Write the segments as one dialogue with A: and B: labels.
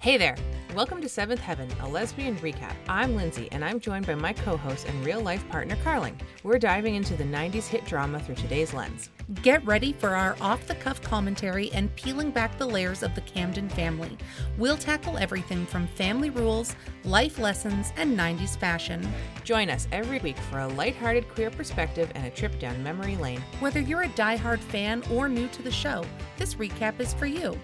A: Hey there. Welcome to Seventh Heaven, a lesbian recap. I'm Lindsay, and I'm joined by my co host and real life partner, Carling. We're diving into the 90s hit drama through today's lens.
B: Get ready for our off the cuff commentary and peeling back the layers of the Camden family. We'll tackle everything from family rules, life lessons, and 90s fashion.
A: Join us every week for a lighthearted queer perspective and a trip down memory lane.
B: Whether you're a diehard fan or new to the show, this recap is for you.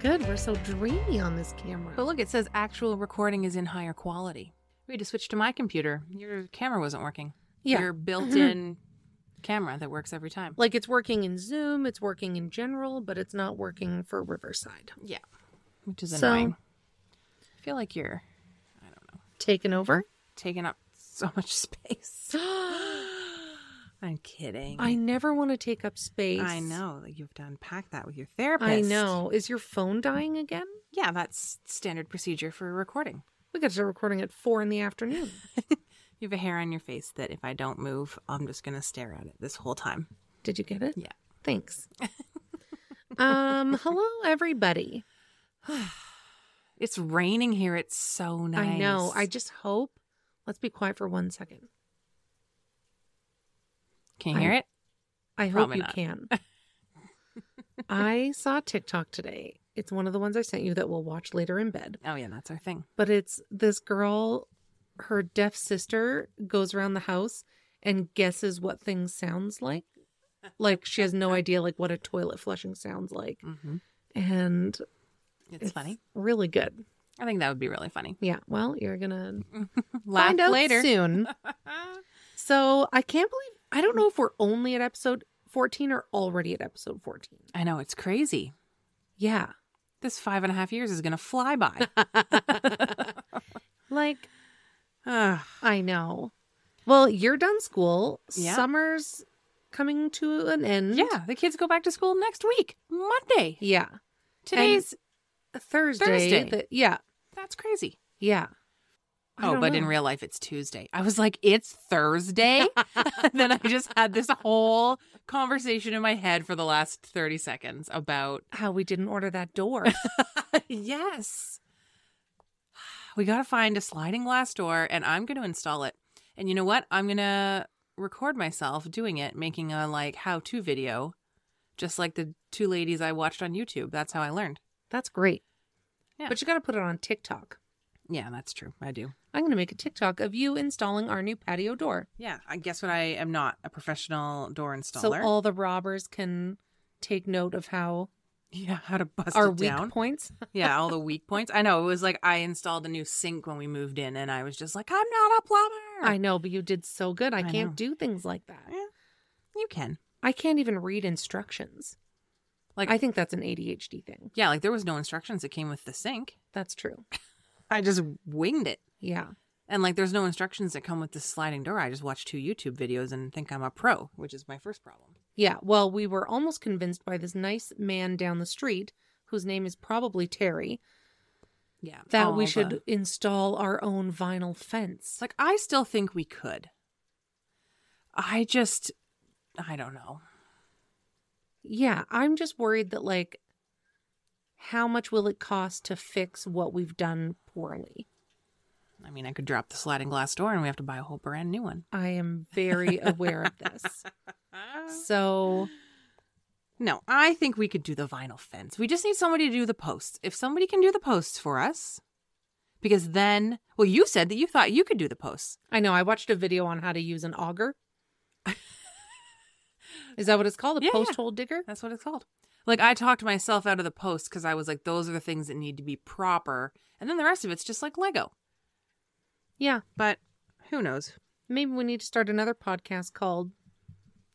B: Good, we're so dreamy on this
C: But
B: camera.
C: look, it says actual recording is in higher quality. We had to switch to my computer. Your camera wasn't working.
B: Yeah.
C: Your built in camera that works every time.
B: Like it's working in Zoom, it's working in general, but it's not working for Riverside.
C: Yeah. Which is
B: So-
C: annoying. I feel like you're
B: Taken over?
C: taking up so much space. I'm kidding.
B: I never want to take up space.
C: I know that you have to unpack that with your therapist.
B: I know. Is your phone dying again?
C: Yeah, that's standard procedure for recording.
B: We got to start recording at four in the afternoon.
C: You have a hair on your face that if I don't move, I'm just going to stare at it this whole time.
B: Did you get it?
C: Yeah.
B: Thanks. um, hello everybody.
C: It's raining here. It's so nice.
B: I know. I just hope. Let's be quiet for one second.
C: Can you hear
B: I-
C: it?
B: I hope
C: Probably
B: you
C: not.
B: can. I saw TikTok today. It's one of the ones I sent you that we'll watch later in bed.
C: Oh, yeah, that's our thing.
B: But it's this girl, her deaf sister goes around the house and guesses what things sounds like. Like she has no idea like what a toilet flushing sounds like.
C: Mm-hmm.
B: And
C: It's, funny.
B: Really good.
C: I think that would be really funny.
B: Yeah. Well, you're gonna
C: Laugh
B: find out
C: later.
B: soon. So I can't believe I don't know if we're only at episode 14 or already at episode 14.
C: I know it's crazy.
B: Yeah.
C: This five and a half years is gonna fly by.
B: Like
C: Ugh.
B: I know. Well, you're done school.
C: Yeah.
B: Summer's coming to an end.
C: yeah, the kids go back to school next week, Monday.
B: Yeah.
C: Today's
B: Thursday.
C: Thursday.
B: the- yeah.
C: that's crazy.
B: Yeah. I
C: Oh,
B: don't
C: but
B: know.
C: in real life, it's Tuesday. I was like, it's Thursday. then I just had this whole conversation in my head for the last thirty seconds about
B: how we didn't order that door.
C: yes. We got to find a sliding glass door and I'm going to install it. And you know what? I'm going to record myself doing it, making a like how to video, just like the two ladies I watched on YouTube. That's how I learned.
B: That's great.
C: Yeah.
B: But you gotta put it on TikTok.
C: Yeah, that's true. I do.
B: I'm gonna make a TikTok of you installing our new patio door.
C: Yeah, I guess what I am not a professional door
B: so
C: installer.
B: all the robbers can take note of how
C: yeah, how to bust
B: our
C: it
B: weak
C: down.
B: points.
C: yeah, all the weak points. I know. It was like I installed a new sink when we moved in and I was just like, I'm not a plumber.
B: I know, but you did so good. I,
C: I
B: can't
C: know.
B: do things like that.
C: you can.
B: I can't even read instructions.
C: Like
B: I think that's an ADHD thing.
C: Yeah, like there was no instructions. It came with the sink.
B: That's true.
C: I just winged it.
B: Yeah.
C: And like there's no instructions that come with the sliding door. I just watched two YouTube videos and think I'm a pro, which is my first problem.
B: Yeah. Well, we were almost convinced by this nice man down the street, whose name is probably Terry,
C: Yeah.
B: that we
C: all
B: should
C: the-
B: install our own vinyl fence.
C: It's like I still think we could. I just I don't know.
B: Yeah. I'm just worried that, like, how much will it cost to fix what we've done poorly?
C: I mean, I could drop the sliding glass door and we have to buy a whole brand new one.
B: I am very aware of this. So,
C: No, I think we could do the vinyl fence. We just need somebody to do the posts. If somebody can do the posts for us, because then, well, you said that you thought you could do the posts.
B: I know I watched a video on how to use an auger. Is that what it's called? A
C: Yeah,
B: post
C: yeah.
B: hole digger?
C: That's what it's called. Like I talked myself out of the post because I was like, those are the things that need to be proper, and then the rest of it's just like Lego.
B: Yeah.
C: But who knows?
B: Maybe we need to start another podcast called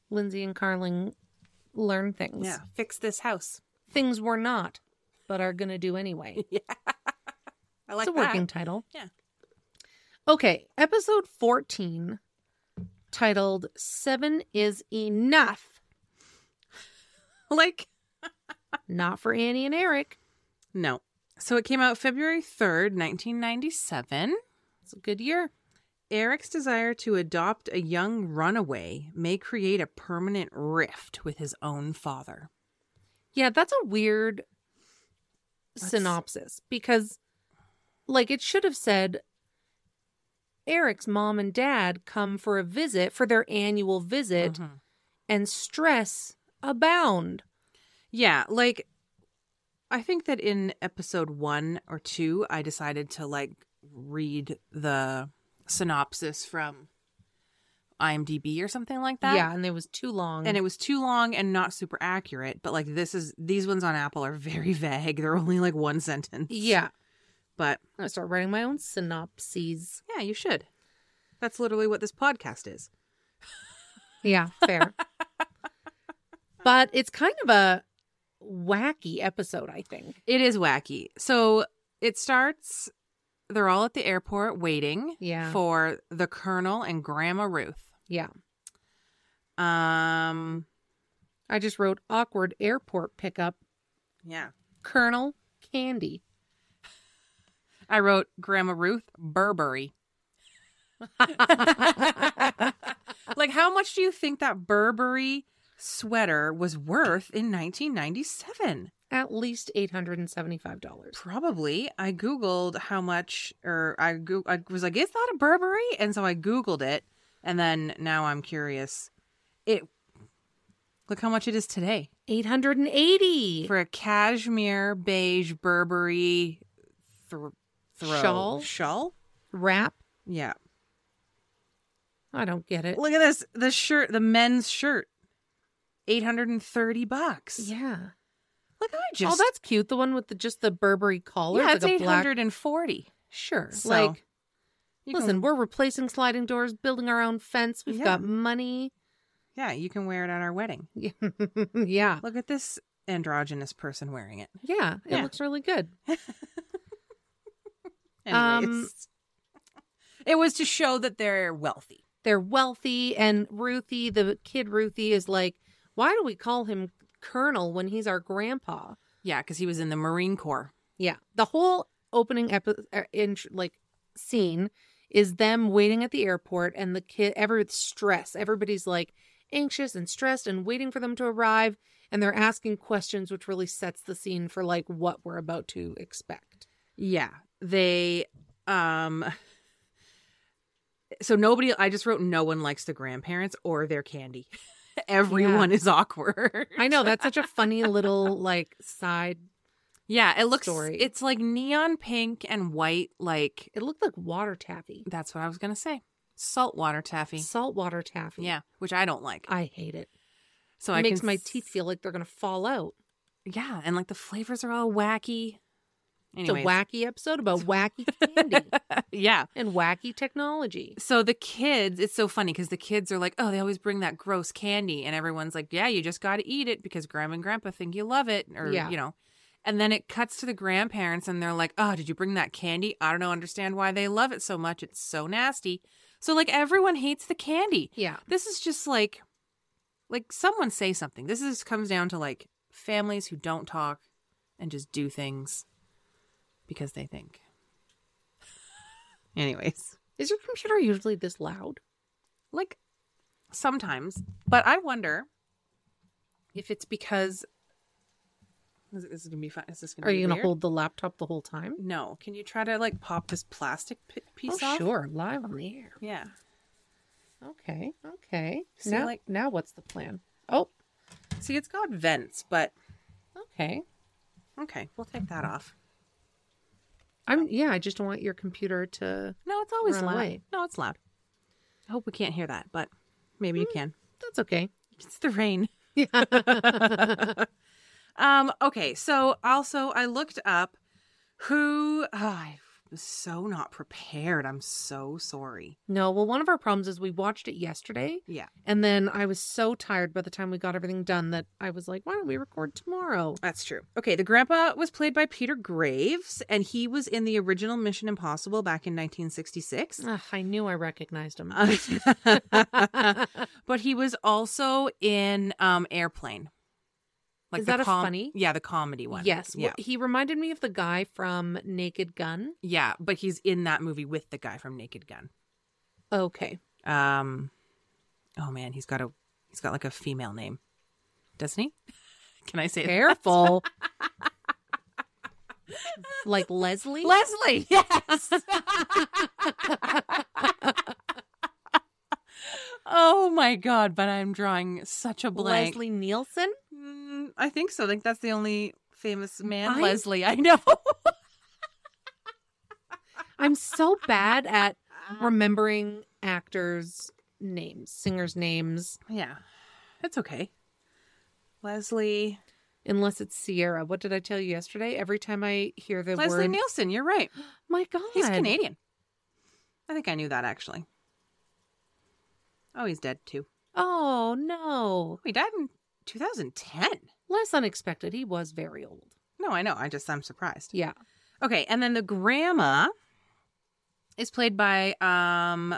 B: Lindsay and Carling learn things.
C: Yeah. Fix this house.
B: Things we're not, but are going to do anyway.
C: I like
B: it's a
C: that.
B: working title.
C: Yeah.
B: Okay, episode 14, titled Seven is Enough.
C: Like
B: Not for Annie and Eric.
C: no. So it came out February third, nineteen ninety seven.
B: It's a good year.
C: Eric's desire to adopt a young runaway may create a permanent rift with his own father.
B: Yeah, that's a weird
C: That's-
B: synopsis because, like, it should have said Eric's mom and dad come for a visit, for their annual visit,
C: Mhm.
B: and stress abound.
C: Yeah, like I think that in episode 1 or 2 I decided to like read the synopsis from IMDb or something like that.
B: yeah, and it was too long.
C: And it was too long and not super accurate, but like this is these ones on Apple are very vague. They're only like one sentence.
B: yeah,
C: But
B: I start writing my own synopses.
C: yeah, you should. That's literally what this podcast is.
B: Yeah, fair. but it's kind of a wacky episode, I think.
C: It is wacky. So it starts, they're all at the airport waiting
B: Yeah.
C: for the Colonel and Grandma Ruth.
B: Yeah.
C: Um,
B: I just wrote awkward airport pickup,
C: yeah.
B: Colonel Candy.
C: I wrote Grandma Ruth Burberry. Like, how much do you think that Burberry sweater was worth in 1997?
B: At least $875.
C: Probably. I Googled how much, or I, goo- I was like, is that a Burberry? And so I Googled it. And then now I'm curious. It, look how much it is today.
B: 880
C: for a cashmere beige Burberry thr throw.
B: Shawl?
C: Shawl?
B: Wrap?
C: Yeah.
B: I don't get it.
C: Look at this. The shirt, the men's shirt. 830 bucks.
B: Yeah.
C: Look, I just.
B: oh, that's cute. The one with the, just the Burberry collar.
C: Yeah,
B: It's
C: it's
B: like a black.
C: 840.
B: Sure.
C: So,
B: like,
C: You
B: listen,
C: can-
B: we're replacing sliding doors, building our own fence. We've
C: Yeah.
B: got money.
C: yeah, you can wear it at our wedding.
B: yeah.
C: Look at this androgynous person wearing it.
B: Yeah. It
C: Yeah.
B: looks really good.
C: Anyways.
B: Um,
C: it was to show that they're wealthy.
B: they're wealthy and Ruthie, the kid Ruthie is like, why do we call him Colonel when he's our grandpa?
C: Yeah, because he was in the Marine Corps.
B: Yeah, the whole opening epi- er, int- like scene is them waiting at the airport and the kid ever stress. Everybody's like anxious and stressed and waiting for them to arrive and they're asking questions which really sets the scene for like what we're about to expect.
C: Yeah. They um so nobody I just wrote no one likes the grandparents or their candy. Everyone is awkward.
B: I know that's such a funny little like side.
C: Yeah, it looks
B: Story.
C: it's like neon pink and white like
B: It looked like water taffy.
C: that's what I was going to say. Saltwater taffy.
B: Saltwater taffy.
C: Yeah, which I don't like.
B: I hate it.
C: so
B: it
C: I
B: makes
C: can
B: my
C: s-
B: teeth feel like they're gonna fall out.
C: Yeah, and like the flavors are all wacky. Anyways.
B: It's a wacky episode about wacky candy
C: yeah.
B: and wacky technology.
C: So the kids, it's so funny because the kids are like, oh, they always bring that gross candy. And everyone's like, yeah, you just got to eat it because grandma and grandpa think you love it. Or,
B: Yeah.
C: you know. And then it cuts to the grandparents and they're like, oh, did you bring that candy? I don't know, understand why they love it so much. It's so nasty. So, like, everyone hates the candy.
B: Yeah.
C: This is just like, like, someone say something. This is comes down to like families who don't talk and just do things because they think. Anyways.
B: Is your computer usually this loud?
C: Like sometimes, but I wonder if it's because is, is it gonna be fun? Is this gonna?
B: Are
C: be
B: you going to
C: weird?
B: hold the laptop the whole time?
C: No. Can you try to like pop this plastic pi piece
B: oh,
C: off?
B: sure. Live on the air.
C: Yeah.
B: Okay. Okay.
C: So,
B: now,
C: like-
B: now what's the plan? Oh,
C: See, it's got vents, but
B: okay.
C: okay, we'll take that off.
B: I'm, yeah, I just don't want your computer to.
C: No, it's always
B: Run
C: loud.
B: away.
C: No, it's loud. I hope we can't hear that, but maybe
B: Mm.
C: you can.
B: That's okay.
C: It's the rain.
B: Yeah.
C: Um. Okay. So also, I looked up who. Oh, I was so not prepared. I'm so sorry.
B: No, well, one of our problems is we watched it yesterday.
C: Yeah.
B: And then I was so tired by the time we got everything done that I was like, why don't we record tomorrow?
C: That's true. Okay, the grandpa was played by Peter Graves, and he was in the original Mission Impossible back in 1966.
B: Ugh, I knew I recognized him.
C: Uh, but he was also in um, Airplane.
B: Is
C: the
B: that a funny?
C: Yeah, the comedy one.
B: yes.
C: Yeah.
B: wh- He reminded me of the guy from Naked Gun.
C: yeah, but he's in that movie with the guy from Naked Gun.
B: Okay.
C: Um, oh man, he's got a he's got like a female name, doesn't he? Can I say it?
B: Careful. like Leslie?
C: Leslie? Yes. oh my god! But I'm drawing such a blank.
B: Leslie Nielsen?
C: Mm, I think so. I think that's the only famous man,
B: I-
C: Leslie. I know.
B: I'm so bad at remembering actors' names, singers' names,
C: yeah, that's okay. Leslie,
B: unless it's Sierra. What did I tell you yesterday? Every time I hear the
C: Leslie
B: word,
C: Nielsen. You're right.
B: my God,
C: He's Canadian. I think I knew that actually. Oh, he's dead too.
B: Oh no,
C: He died in 2010.
B: less unexpected. He was very old.
C: No, I know. I just I'm surprised.
B: Yeah,
C: Okay, and then the grandma is played by um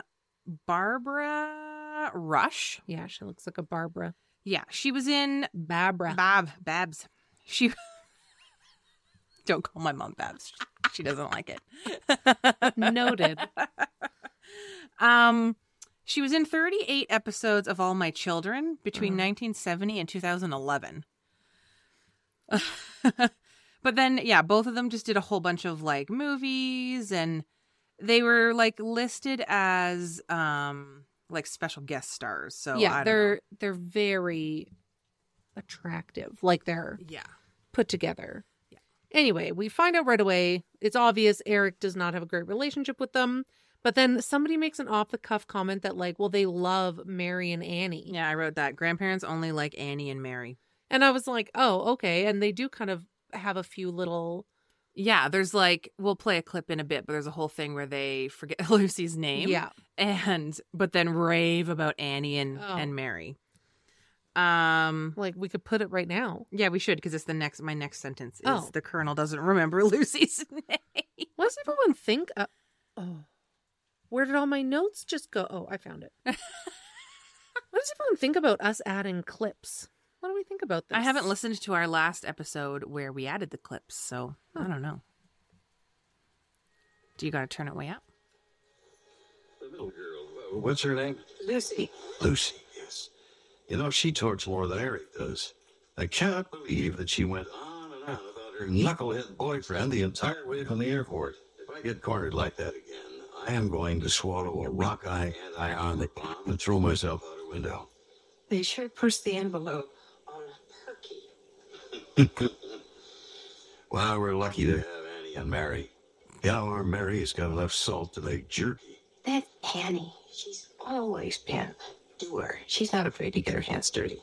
C: Barbara Rush.
B: yeah, she looks like a Barbara.
C: Yeah, she was in
B: Barbara.
C: Bab Babs. She don't call my mom Babs. She doesn't like it.
B: Noted.
C: Um, she was in 38 episodes of All My Children between
B: Mhm.
C: 1970 and 2011. but then, yeah, both of them just did a whole bunch of like movies, and they were like listed as um like special guest stars. So Oh, I
B: yeah,
C: don't
B: they're they're very attractive. Like they're
C: know. yeah.
B: put together. Anyway, we find out right away. It's obvious Eric does not have a great relationship with them. But then somebody makes an off the cuff comment that, like, well, they love Mary and Annie.
C: Yeah, I wrote that. Grandparents only like Annie and Mary.
B: And I was like, oh, okay. And they do kind of have a few little.
C: Yeah, there's like we'll play a clip in a bit, but there's a whole thing where they forget Lucy's name.
B: Yeah.
C: and but then rave about Annie and
B: Oh.
C: and Mary. Um
B: Like, we could put it right now.
C: yeah, we should because it's the next my next sentence is
B: Oh.
C: the colonel doesn't remember Lucy's name.
B: What does everyone think? Uh, oh. Where did all my notes just go? Oh, I found it. what does everyone think about us adding clips? What do we think about this?
C: I haven't listened to our last episode where we added the clips, so I don't know. Do you got to turn it way up?
D: The middle girl, uh, what's her name?
E: Lucy,
D: Lucy, yes. You know, she talks more than Eric does. I cannot believe that she went on and on about her knucklehead boyfriend the entire way from the airport. If I get cornered like that again, I am going to swallow a rock eye and eye on the bomb and throw myself out a window.
E: they sure pushed the envelope on Perky.
D: Wow, we're lucky to have Annie and Mary. You know, our Mary has got enough salt to make jerky.
E: That Annie, she's always been a doer. She's not afraid to get her hands dirty.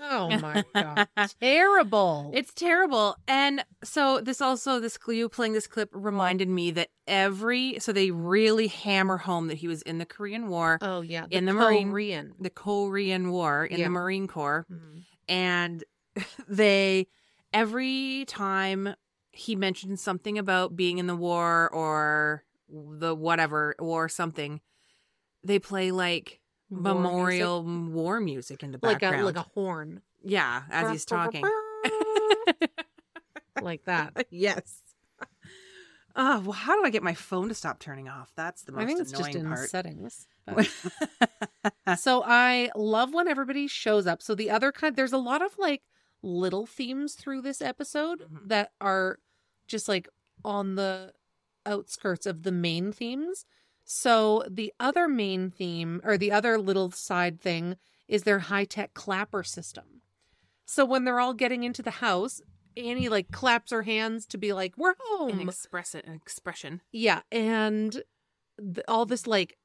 B: Oh, my God. Terrible.
C: It's terrible. And so this also this you playing this clip reminded me that every so they really hammer home that he was in the Korean War,
B: Oh yeah,
C: In the Marine-
B: Korean.
C: the Korean War in
B: Yeah.
C: the Marine Corps.
B: Mhm.
C: and they every time he mentioned something about being in the war or the whatever war something they play like
B: War
C: memorial war music in the
B: music. like
C: background
B: a like a horn,
C: yeah as he's talking
B: like that.
C: yes oh well how do i get my phone to stop turning off that's the most
B: I think it's just
C: annoying
B: in the
C: part
B: settings. but- so I love when everybody shows up. So the other kind, there's a lot of like little themes through this episode
C: Mhm.
B: that are just like on the outskirts of the main themes. So the other main theme or the other little side thing is their high tech clapper system. So when they're all getting into the house, Annie like claps her hands to be like, "We're home."
C: an express an expression
B: yeah, and th- all this like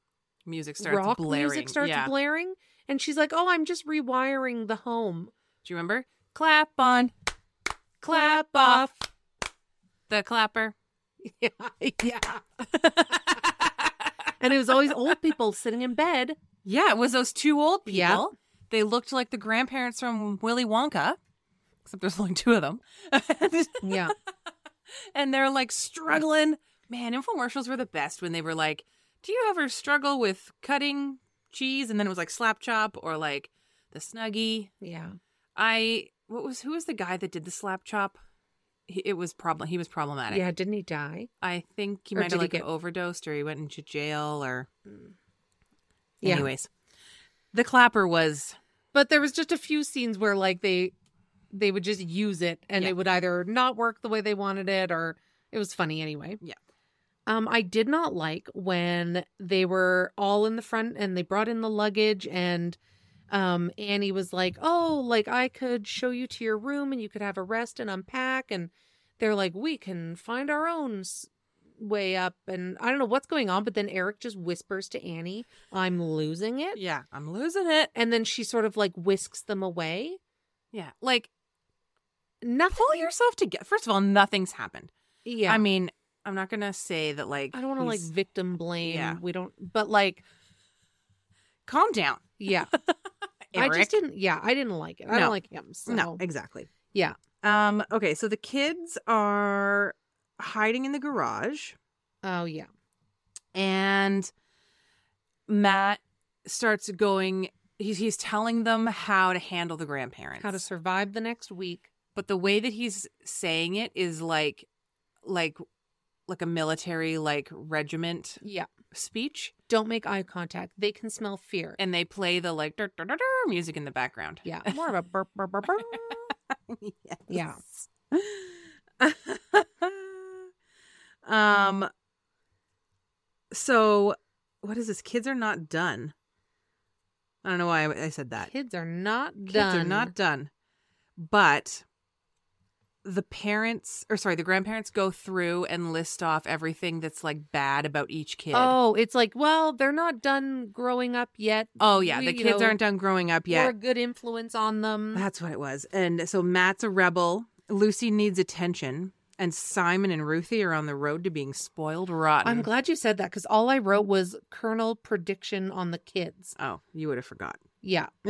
C: music starts
B: rock
C: blaring
B: music starts
C: yeah
B: blaring and she's like oh i'm just rewiring the home
C: do you remember clap on clap off the clapper
B: Yeah, yeah. And it was always old people sitting in bed.
C: Yeah, it was those two old people.
B: Yeah.
C: They looked like the grandparents from Willy Wonka, except there's only two of them.
B: Yeah.
C: and they're like struggling. Man, infomercials were the best when they were like, "Do you ever struggle with cutting cheese?" And then it was like slap chop or like the snuggie.
B: Yeah.
C: I what was who was the guy that did the slap chop? He, it was problem. He was problematic.
B: Yeah. Didn't he die?
C: I think he
B: Or
C: might
B: did
C: have
B: he
C: like
B: get-
C: overdosed or he went into jail or.
B: Yeah.
C: Anyways, the clapper was
B: But there was just a few scenes where like they they would just use it and
C: Yeah.
B: it would either not work the way they wanted it or it was funny anyway.
C: Yeah.
B: Um I did not like when they were all in the front and they brought in the luggage and um Annie was like, "Oh, like I could show you to your room and you could have a rest and unpack." And they're like, "We can find our own s- way up." And I don't know what's going on, but then Eric just whispers to Annie, "I'm losing it."
C: yeah. I'm losing it.
B: and then she sort of like whisks them away.
C: Yeah, like
B: Nothing.
C: pull yourself together. First of all, nothing's happened.
B: Yeah.
C: I mean, I'm not gonna say that like
B: I don't want to like
C: he's-
B: victim blame.
C: Yeah.
B: We don't, but like,
C: calm down.
B: yeah. I
C: Eric.
B: just didn't, yeah, I didn't like it. I
C: No.
B: don't like him. So.
C: No, exactly.
B: Yeah.
C: Um. Okay. So the kids are hiding in the garage,
B: Oh, yeah.
C: and Matt starts going. He's he's telling them how to handle the grandparents.
B: How to survive the next week.
C: but the way that he's saying it is like, like, like a military like regiment
B: Yeah.
C: speech,
B: Don't make eye contact. They can smell fear.
C: and they play the like "Dur, dur, dur, dur" music in the background.
B: yeah. More of a burp, burp, burp, burp. Yeah.
C: um so what is this? Kids are not done. I don't know why I I said that.
B: Kids are not
C: Kids
B: done.
C: are not done. But the parents or sorry, the grandparents go through and list off everything that's like bad about each kid.
B: Oh, it's like, well, they're not done growing up yet.
C: Oh, yeah,
B: We-
C: the
B: you
C: kids
B: know,
C: aren't done growing up
B: We're
C: yet.
B: a good influence on them.
C: That's what it was. And so Matt's a rebel. Lucy needs attention. And Simon and Ruthie are on the road to being spoiled rotten.
B: I'm glad you said that because all I wrote was Colonel prediction on the kids.
C: Oh, you would have forgot.
B: Yeah.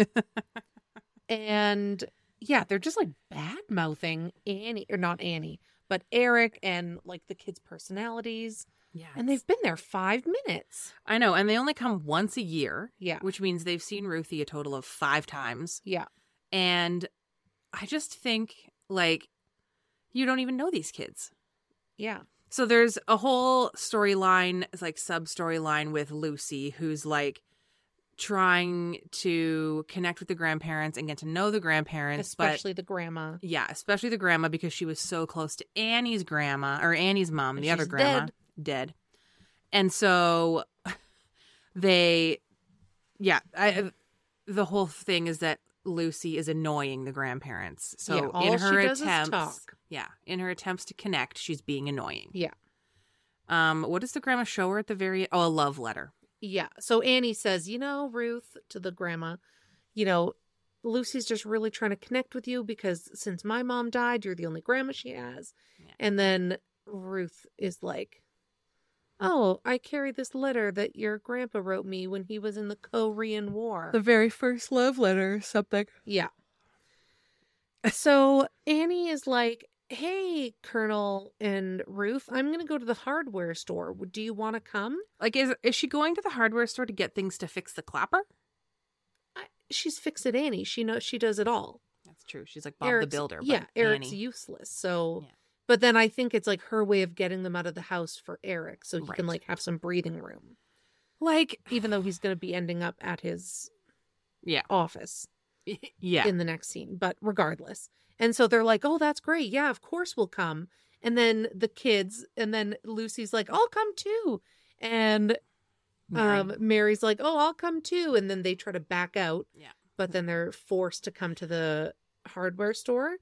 B: and yeah, they're just like bad mouthing Annie, or not Annie, but Eric and like the kids' personalities.
C: Yeah.
B: And they've been there five minutes.
C: I know. And they only come once a year.
B: Yeah.
C: Which means they've seen Ruthie a total of five times.
B: Yeah.
C: And I just think, like, you don't even know these kids.
B: Yeah.
C: So there's a whole storyline, it's like sub storyline with Lucy, who's like trying to connect with the grandparents and get to know the grandparents. but-
B: Especially the grandma.
C: Yeah, especially the grandma because she was so close to Annie's grandma or Annie's mom,
B: And
C: the other
B: she's
C: grandma,
B: dead.
C: dead. And so they, yeah, I, uh, the whole thing is that Lucy is annoying the grandparents. So
B: Yeah, all
C: in her
B: she does is
C: attempts,
B: talk.
C: yeah, in her attempts to connect, she's being annoying.
B: Yeah.
C: Um, what does the grandma show her at the very? Oh, a love letter.
B: Yeah. So Annie says, you know, Ruth to the grandma, you know, Lucy's just really trying to connect with you because since my mom died, you're the only grandma she has.
C: Yeah.
B: And then Ruth is like, oh, I carry this letter that your grandpa wrote me when he was in the Korean War.
C: very first love letter, something.
B: Yeah. So Annie is like, hey, Colonel and Ruth, I'm going to go to the hardware store. Do you want to come?
C: Like, is is she going to the hardware store to get things to fix the clapper?
B: I, she's fix it Annie. She knows she does it all.
C: That's true. She's like Bob
B: Eric's-
C: the Builder. but
B: Yeah, Eric's
C: Annie.
B: useless. So,
C: Yeah.
B: but then I think it's like her way of getting them out of the house for Eric, so he
C: Right.
B: can like have some breathing room,
C: Like,
B: even though he's going to be ending up at his
C: Yeah.
B: office
C: yeah.
B: in the next scene. But regardless, and so they're like, "Oh, that's great. Yeah, of course we'll come." And then the kids, and then Lucy's like, "I'll come too," and
C: Mary.
B: um, Mary's like, "Oh, I'll come too," and then they try to back out.
C: Yeah.
B: but then they're forced to come to the hardware store.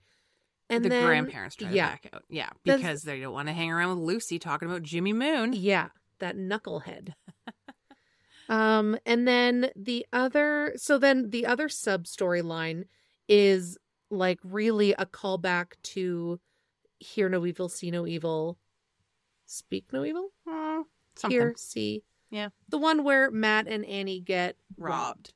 B: And
C: the
B: then,
C: grandparents try
B: yeah.
C: to back out. Yeah.
B: Does-
C: Because they don't want to hang around with Lucy talking about Jimmy Moon.
B: Yeah, that knucklehead. um, and then the other, so then the other sub storyline is like really a callback to "Hear No Evil, See No Evil" Speak No Evil?
C: Mm, something.
B: Hear, see.
C: Yeah.
B: The one where Matt and Annie get
C: Robbed.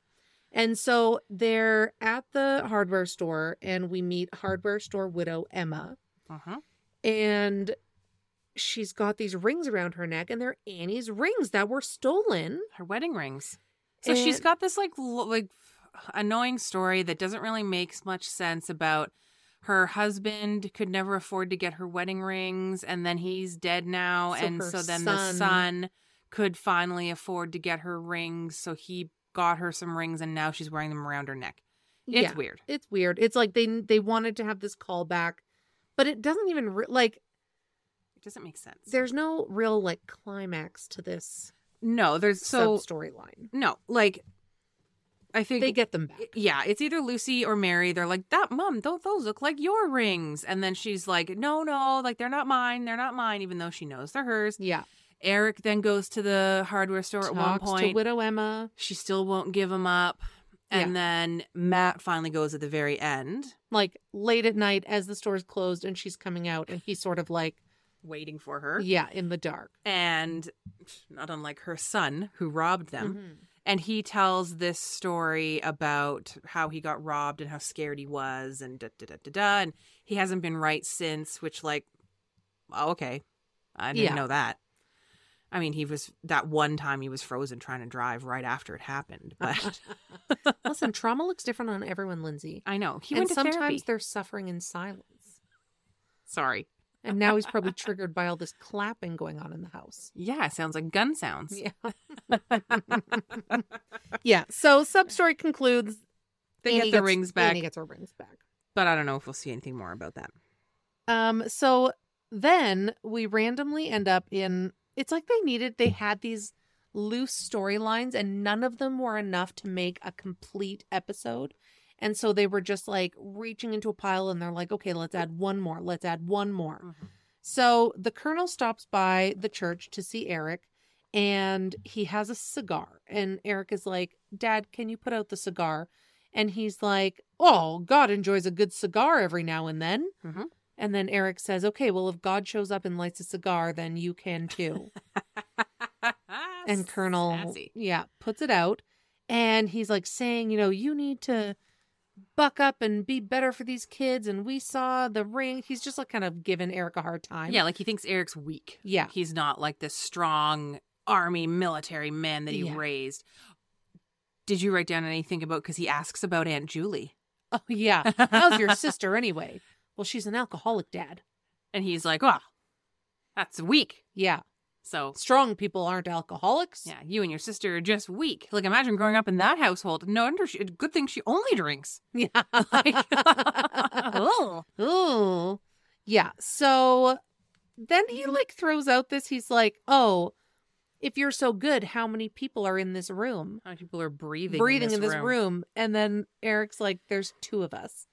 B: And so they're at the hardware store, and we meet hardware store widow Emma.
C: Uh-huh.
B: And she's got these rings around her neck, and they're Annie's rings that were stolen.
C: Her wedding rings. So she's
B: And-
C: got this like l- like annoying story that doesn't really make much sense about her husband could never afford to get her wedding rings and then he's dead now
B: So
C: and
B: her
C: so then the
B: son-
C: son could finally afford to get her rings so he got her some rings and now she's wearing them around her neck. It's
B: yeah,
C: weird.
B: it's weird. It's like they they wanted to have this callback, but it doesn't even re- like
C: It doesn't make sense.
B: there's no real like climax to this
C: no, there's so
B: sub storyline.
C: no, like I think
B: They get them back.
C: yeah, it's either Lucy or Mary. They're like, that mom, don't those look like your rings? And then she's like, no, no, like they're not mine. They're not mine, even though she knows they're hers.
B: Yeah.
C: Eric then goes to the hardware store at one
B: Talks to
C: point.
B: widow Emma.
C: she still won't give him up. And
B: Yeah.
C: then Matt finally goes at the very end,
B: like late at night as the store's closed and she's coming out and he's sort of like
C: waiting for her.
B: yeah in the dark
C: And not unlike her son who robbed them.
B: Mm-hmm.
C: And he tells this story about how he got robbed and how scared he was, and da da da da da. And he hasn't been right since, which, like, oh, okay. I didn't
B: Yeah.
C: know that. I mean, he was that one time he was frozen trying to drive right after it happened. But
B: listen trauma looks different on everyone lindsay
C: I know he
B: and
C: went to
B: sometimes
C: therapy.
B: they're suffering in silence
C: Sorry.
B: and now he's probably triggered by all this clapping going on in the house
C: Yeah, it sounds like gun sounds.
B: yeah yeah so substory concludes
C: They
B: Annie
C: get the
B: gets-
C: rings back,
B: Annie gets her rings back
C: but I don't know if we'll see anything more about that.
B: Um, so then we randomly end up in it's like they needed they had these loose storylines and none of them were enough to make a complete episode. And so they were just like reaching into a pile and they're like, okay, let's add one more, let's add one more. So the colonel stops by the church to see Eric and he has a cigar. And Eric is like, Dad, can you put out the cigar? And he's like, Oh, God enjoys a good cigar every now and then.
C: Mhm.
B: And then Eric says, Okay, well, if God shows up and lights a cigar, then you can too. and Colonel,
C: Sassy.
B: yeah, puts it out. And he's like saying, You know, you need to buck up and be better for these kids. And we saw the ring. He's just like kind of giving Eric a hard time.
C: yeah, like he thinks Eric's weak.
B: Yeah.
C: He's not like this strong army military man that he
B: Yeah.
C: raised. Did you write down anything about because he asks about Aunt Julie?
B: Oh, yeah. How's your sister anyway? Well, she's an alcoholic, Dad.
C: And he's like, "Oh, that's weak."
B: Yeah.
C: So
B: Strong people aren't alcoholics.
C: yeah, you and your sister are just weak. Like imagine growing up in that household. No wonder. She, good thing she only drinks. Like,
B: Yeah.
C: oh.
B: Ooh. Yeah. So then
C: Mm-hmm.
B: he like throws out this he's like, "Oh, if you're so good, how many people are in this room?
C: How many people are breathing?
B: breathing in this room. And then Eric's like, "There's two of us."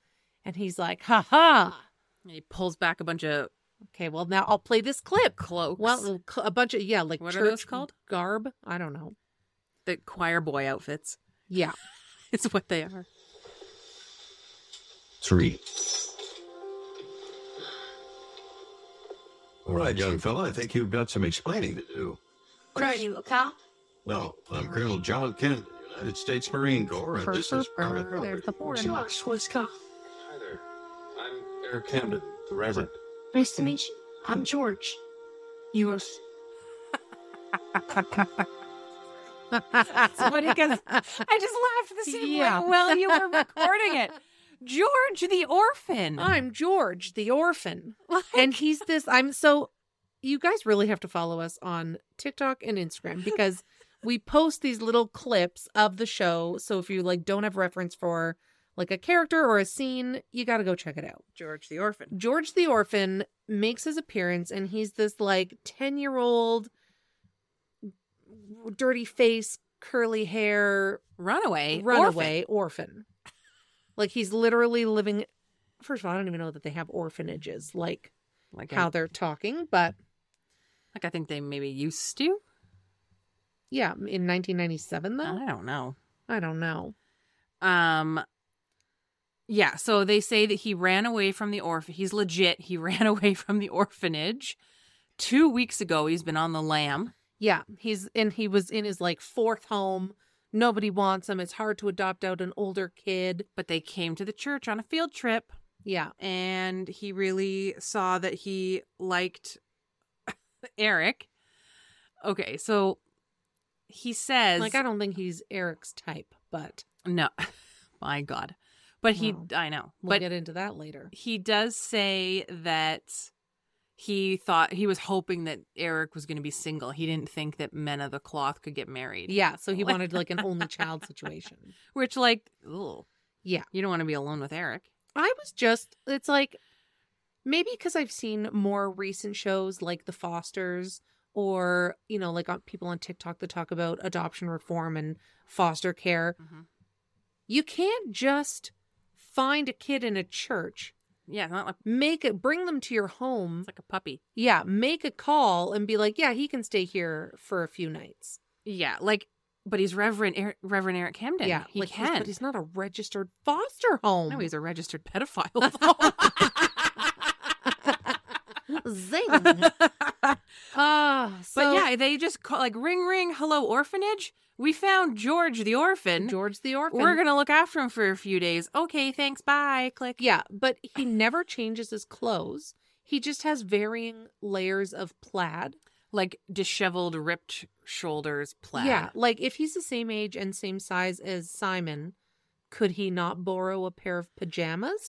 B: And he's like, "Ha ha."
C: And he pulls back a bunch of
B: Okay, well now I'll play this clip.
C: cloaks.
B: Well, a bunch of yeah, like
C: What are
B: church
C: those called?
B: garb. I don't know.
C: the choir boy outfits.
B: Yeah.
C: It's what they are.
D: Three. All right, young fella, I think you've got some explaining to do.
E: What are you, a cop?
D: No, I'm Colonel John Kennedy, United States Marine Corps, and this is Private
B: There's
D: Robert.
B: the foreign one.
E: George was cop.
D: Hi there. I'm Eric Camden, the Reverend.
E: Nice to meet you. I'm George. You are
C: That's what he goes. I just laughed the same
B: Yeah.
C: way while you were recording it. George the orphan.
B: I'm George the orphan. Mm-hmm. and he's this I'm so you guys really have to follow us on TikTok and Instagram because we post these little clips of the show. So if you like don't have reference for like a character or a scene, you got to go check it out.
C: George the orphan.
B: George the orphan makes his appearance and he's this like 10-year-old dirty face, curly hair,
C: Runaway.
B: runaway orphan. Like he's literally living. First of all, I don't even know that they have orphanages, like
C: orphan. Like
B: how
C: how?
B: they're talking. But
C: Like I think they maybe used to.
B: yeah, in 1997, though,
C: I don't know.
B: I don't know.
C: Um. Yeah. So they say that he ran away from the orphan. He's legit. He ran away from the orphanage Two weeks ago, he's been on the lam.
B: Yeah, he's and he was in his like fourth home. Nobody wants him. It's hard to adopt out an older kid.
C: But they came to the church on a field trip,
B: Yeah.
C: and he really saw that he liked Eric. Okay, so he says,
B: Like I don't think he's Eric's type, but
C: no, my God, but he,
B: Well,
C: I know,
B: we'll
C: but
B: get into that later.
C: he does say that he thought he was hoping that Eric was going to be single. He didn't think that men of the cloth could get married.
B: Yeah, so he wanted like an only child situation.
C: Which, like, ugh,
B: Yeah.
C: you don't want to be alone with Eric.
B: I was just it's like maybe because I've seen more recent shows like The Fosters or you know like on people on TikTok that talk about adoption reform and foster care.
C: Mhm.
B: You can't just find a kid in a church,
C: Yeah, not like
B: make it bring them to your home.
C: it's like a puppy.
B: Yeah, make a call and be like, "Yeah, he can stay here for a few nights."
C: Yeah, like, but he's Reverend Eric, Reverend Eric Camden.
B: yeah,
C: he
B: like he's-
C: can.
B: but he's not a registered foster home.
C: no, he's a registered pedophile.
B: zing.
C: though.
B: Ah, so
C: but yeah, they just call like ring ring hello orphanage. We found George the orphan.
B: George the orphan.
C: We're gonna look after him for a few days. Okay, thanks. Bye. Click.
B: Yeah, but he never changes his clothes. He just has varying layers of plaid.
C: Like disheveled, ripped shoulders, plaid.
B: Yeah, like if he's the same age and same size as Simon, could he not borrow a pair of pajamas?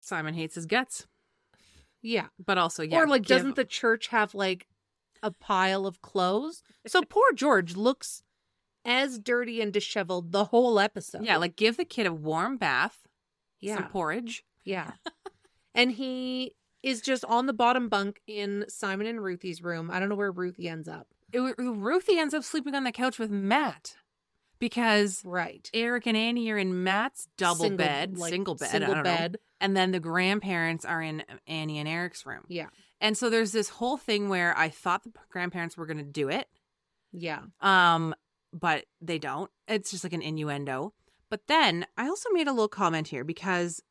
C: Simon hates his guts,
B: Yeah.
C: but also yeah.
B: or like
C: give-
B: doesn't the church have like a pile of clothes? So poor George looks as dirty and disheveled the whole episode.
C: yeah like give the kid a warm bath,
B: yeah.
C: some porridge.
B: Yeah. and he is just on the bottom bunk in Simon and Ruthie's room. I don't know where Ruthie ends up.
C: It, wa- Ruthie ends up sleeping on the couch with Matt because
B: Right.
C: Eric and Annie are in Matt's double
B: Single-
C: bed,
B: like,
C: single bed,
B: single
C: I don't
B: bed.
C: know. And then the grandparents are in Annie and Eric's room.
B: Yeah.
C: And so there's this whole thing where I thought the grandparents were going to do it,
B: Yeah.
C: um, but they don't. It's just like an innuendo. But then I also made a little comment here because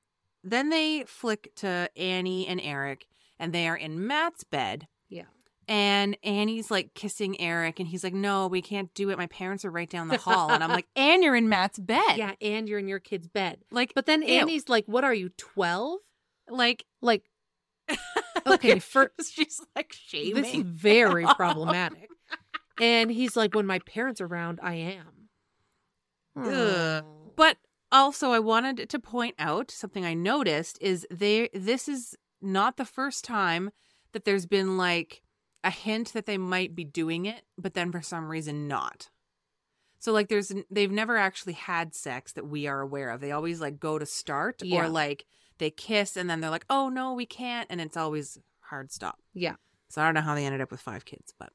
C: then they flick to Annie and Eric, and they are in Matt's bed.
B: Yeah.
C: And Annie's like kissing Eric, and he's like, No, we can't do it. My parents are right down the hall. And I'm like, And you're in Matt's bed.
B: Yeah. And you're in your kid's bed.
C: Like,
B: But then
C: Ew.
B: Annie's like, what are you, 12?
C: like,
B: Like, okay, first,
C: she's like shaming.
B: this is very problematic. And he's like, when my parents are around, I am.
C: Ugh.
B: Oh.
C: But also, I wanted to point out something I noticed is they this is not the first time that there's been like a hint that they might be doing it, but then for some reason not. So like there's n- they've never actually had sex that we are aware of. They always like go to start
B: Yeah.
C: or like they kiss and then they're like, "Oh no, we can't." And it's always hard stop.
B: yeah.
C: So I don't know how they ended up with five kids, but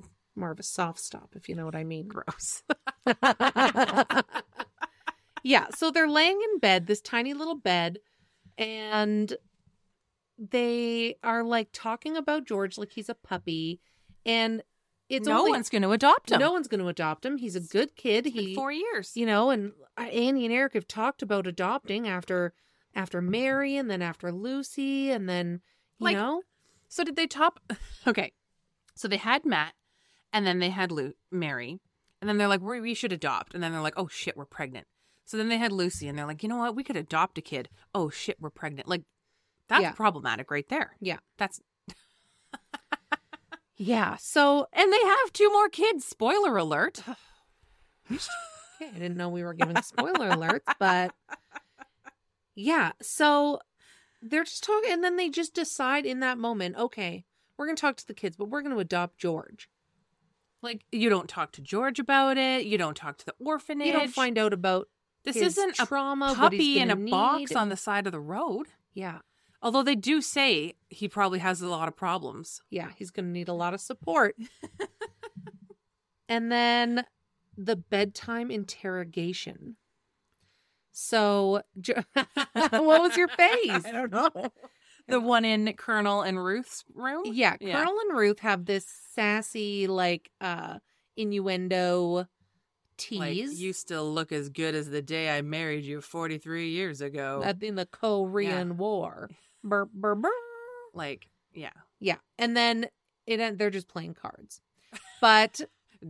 B: More of a soft stop, if you know what I mean.
C: gross.
B: yeah, so they're laying in bed, this tiny little bed, and they are like talking about George like he's a puppy, and it's
C: no
B: only-
C: one's going to adopt them.
B: no one's going to adopt him. He's a good kid.
C: It's been
B: He,
C: four years.
B: you know, and Annie and Eric have talked about adopting after after Mary, and then after Lucy, and then you
C: Like,
B: know,
C: So did they top? Okay, so they had Matt, and then they had Lu- Mary, and then they're like, we we should adopt, and then they're like, oh shit, we're pregnant. So then they had Lucy, and they're like, you know what, we could adopt a kid. Oh shit, we're pregnant. Like, that's
B: Yeah.
C: problematic right there.
B: Yeah.
C: that's
B: yeah. So
C: and they have two more kids. Spoiler alert.
B: Okay, I didn't know we were giving spoiler alerts, but yeah. So they're just talking, and then they just decide in that moment, okay, we're going to talk to the kids, but we're going to adopt George.
C: Like, you don't talk to George about it. You don't talk to the orphanage.
B: You don't find out about
C: this
B: his
C: isn't a
B: trauma, what he's
C: puppy in a
B: gonna
C: box
B: need.
C: on the side of the road.
B: yeah,
C: Although they do say he probably has a lot of problems.
B: Yeah, he's going to need a lot of support. and then the bedtime interrogation. So, Jo- what was your face?
C: I don't know. The one in Colonel and Ruth's room?
B: Yeah,
C: Oh, Yeah.
B: Colonel and Ruth have this sassy, like, uh innuendo
C: Like,
B: tease
C: you still look as good as the day I married you 43 years ago.
B: at- in the Korean War. Burr, burr, burr.
C: like, yeah.
B: Yeah, and then it en- they're just playing cards. But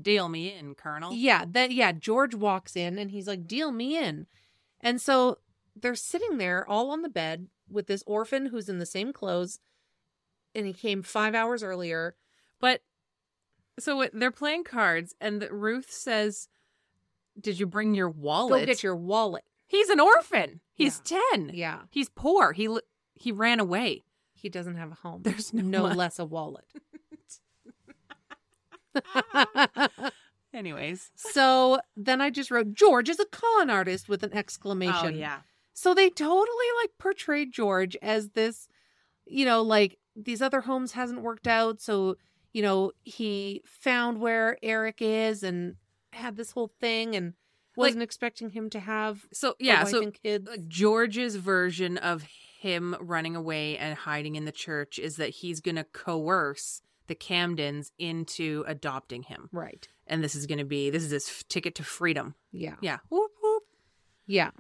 C: Deal me in, Colonel.
B: Yeah, that yeah, George walks in and he's like, "Deal me in." And so they're sitting there all on the bed with this orphan who's in the same clothes and he came 5 hours earlier.
C: But so what- they're playing cards, and the, Ruth says, Did you bring your wallet?
B: Go get your wallet.
C: He's an orphan. He's 10.
B: Yeah.
C: He's poor. He li- he ran away.
B: He doesn't have a home.
C: There's no
B: no
C: money.
B: less a wallet.
C: Anyways.
B: so then I just wrote George is a con artist with an exclamation.
C: Oh, Um,
B: So they totally like portrayed George as this, you know, like these other homes hasn't worked out. So, you know, he found where Eric is and had this whole thing and wasn't expecting him to have
C: So
B: a
C: yeah,
B: wife
C: so
B: and kids.
C: like, George's version of him running away and hiding in the church is that he's going to coerce the Camdens into adopting him.
B: right.
C: And this is going to be this is his f- ticket to freedom.
B: Yeah.
C: Yeah. Whoop whoop.
B: Yeah.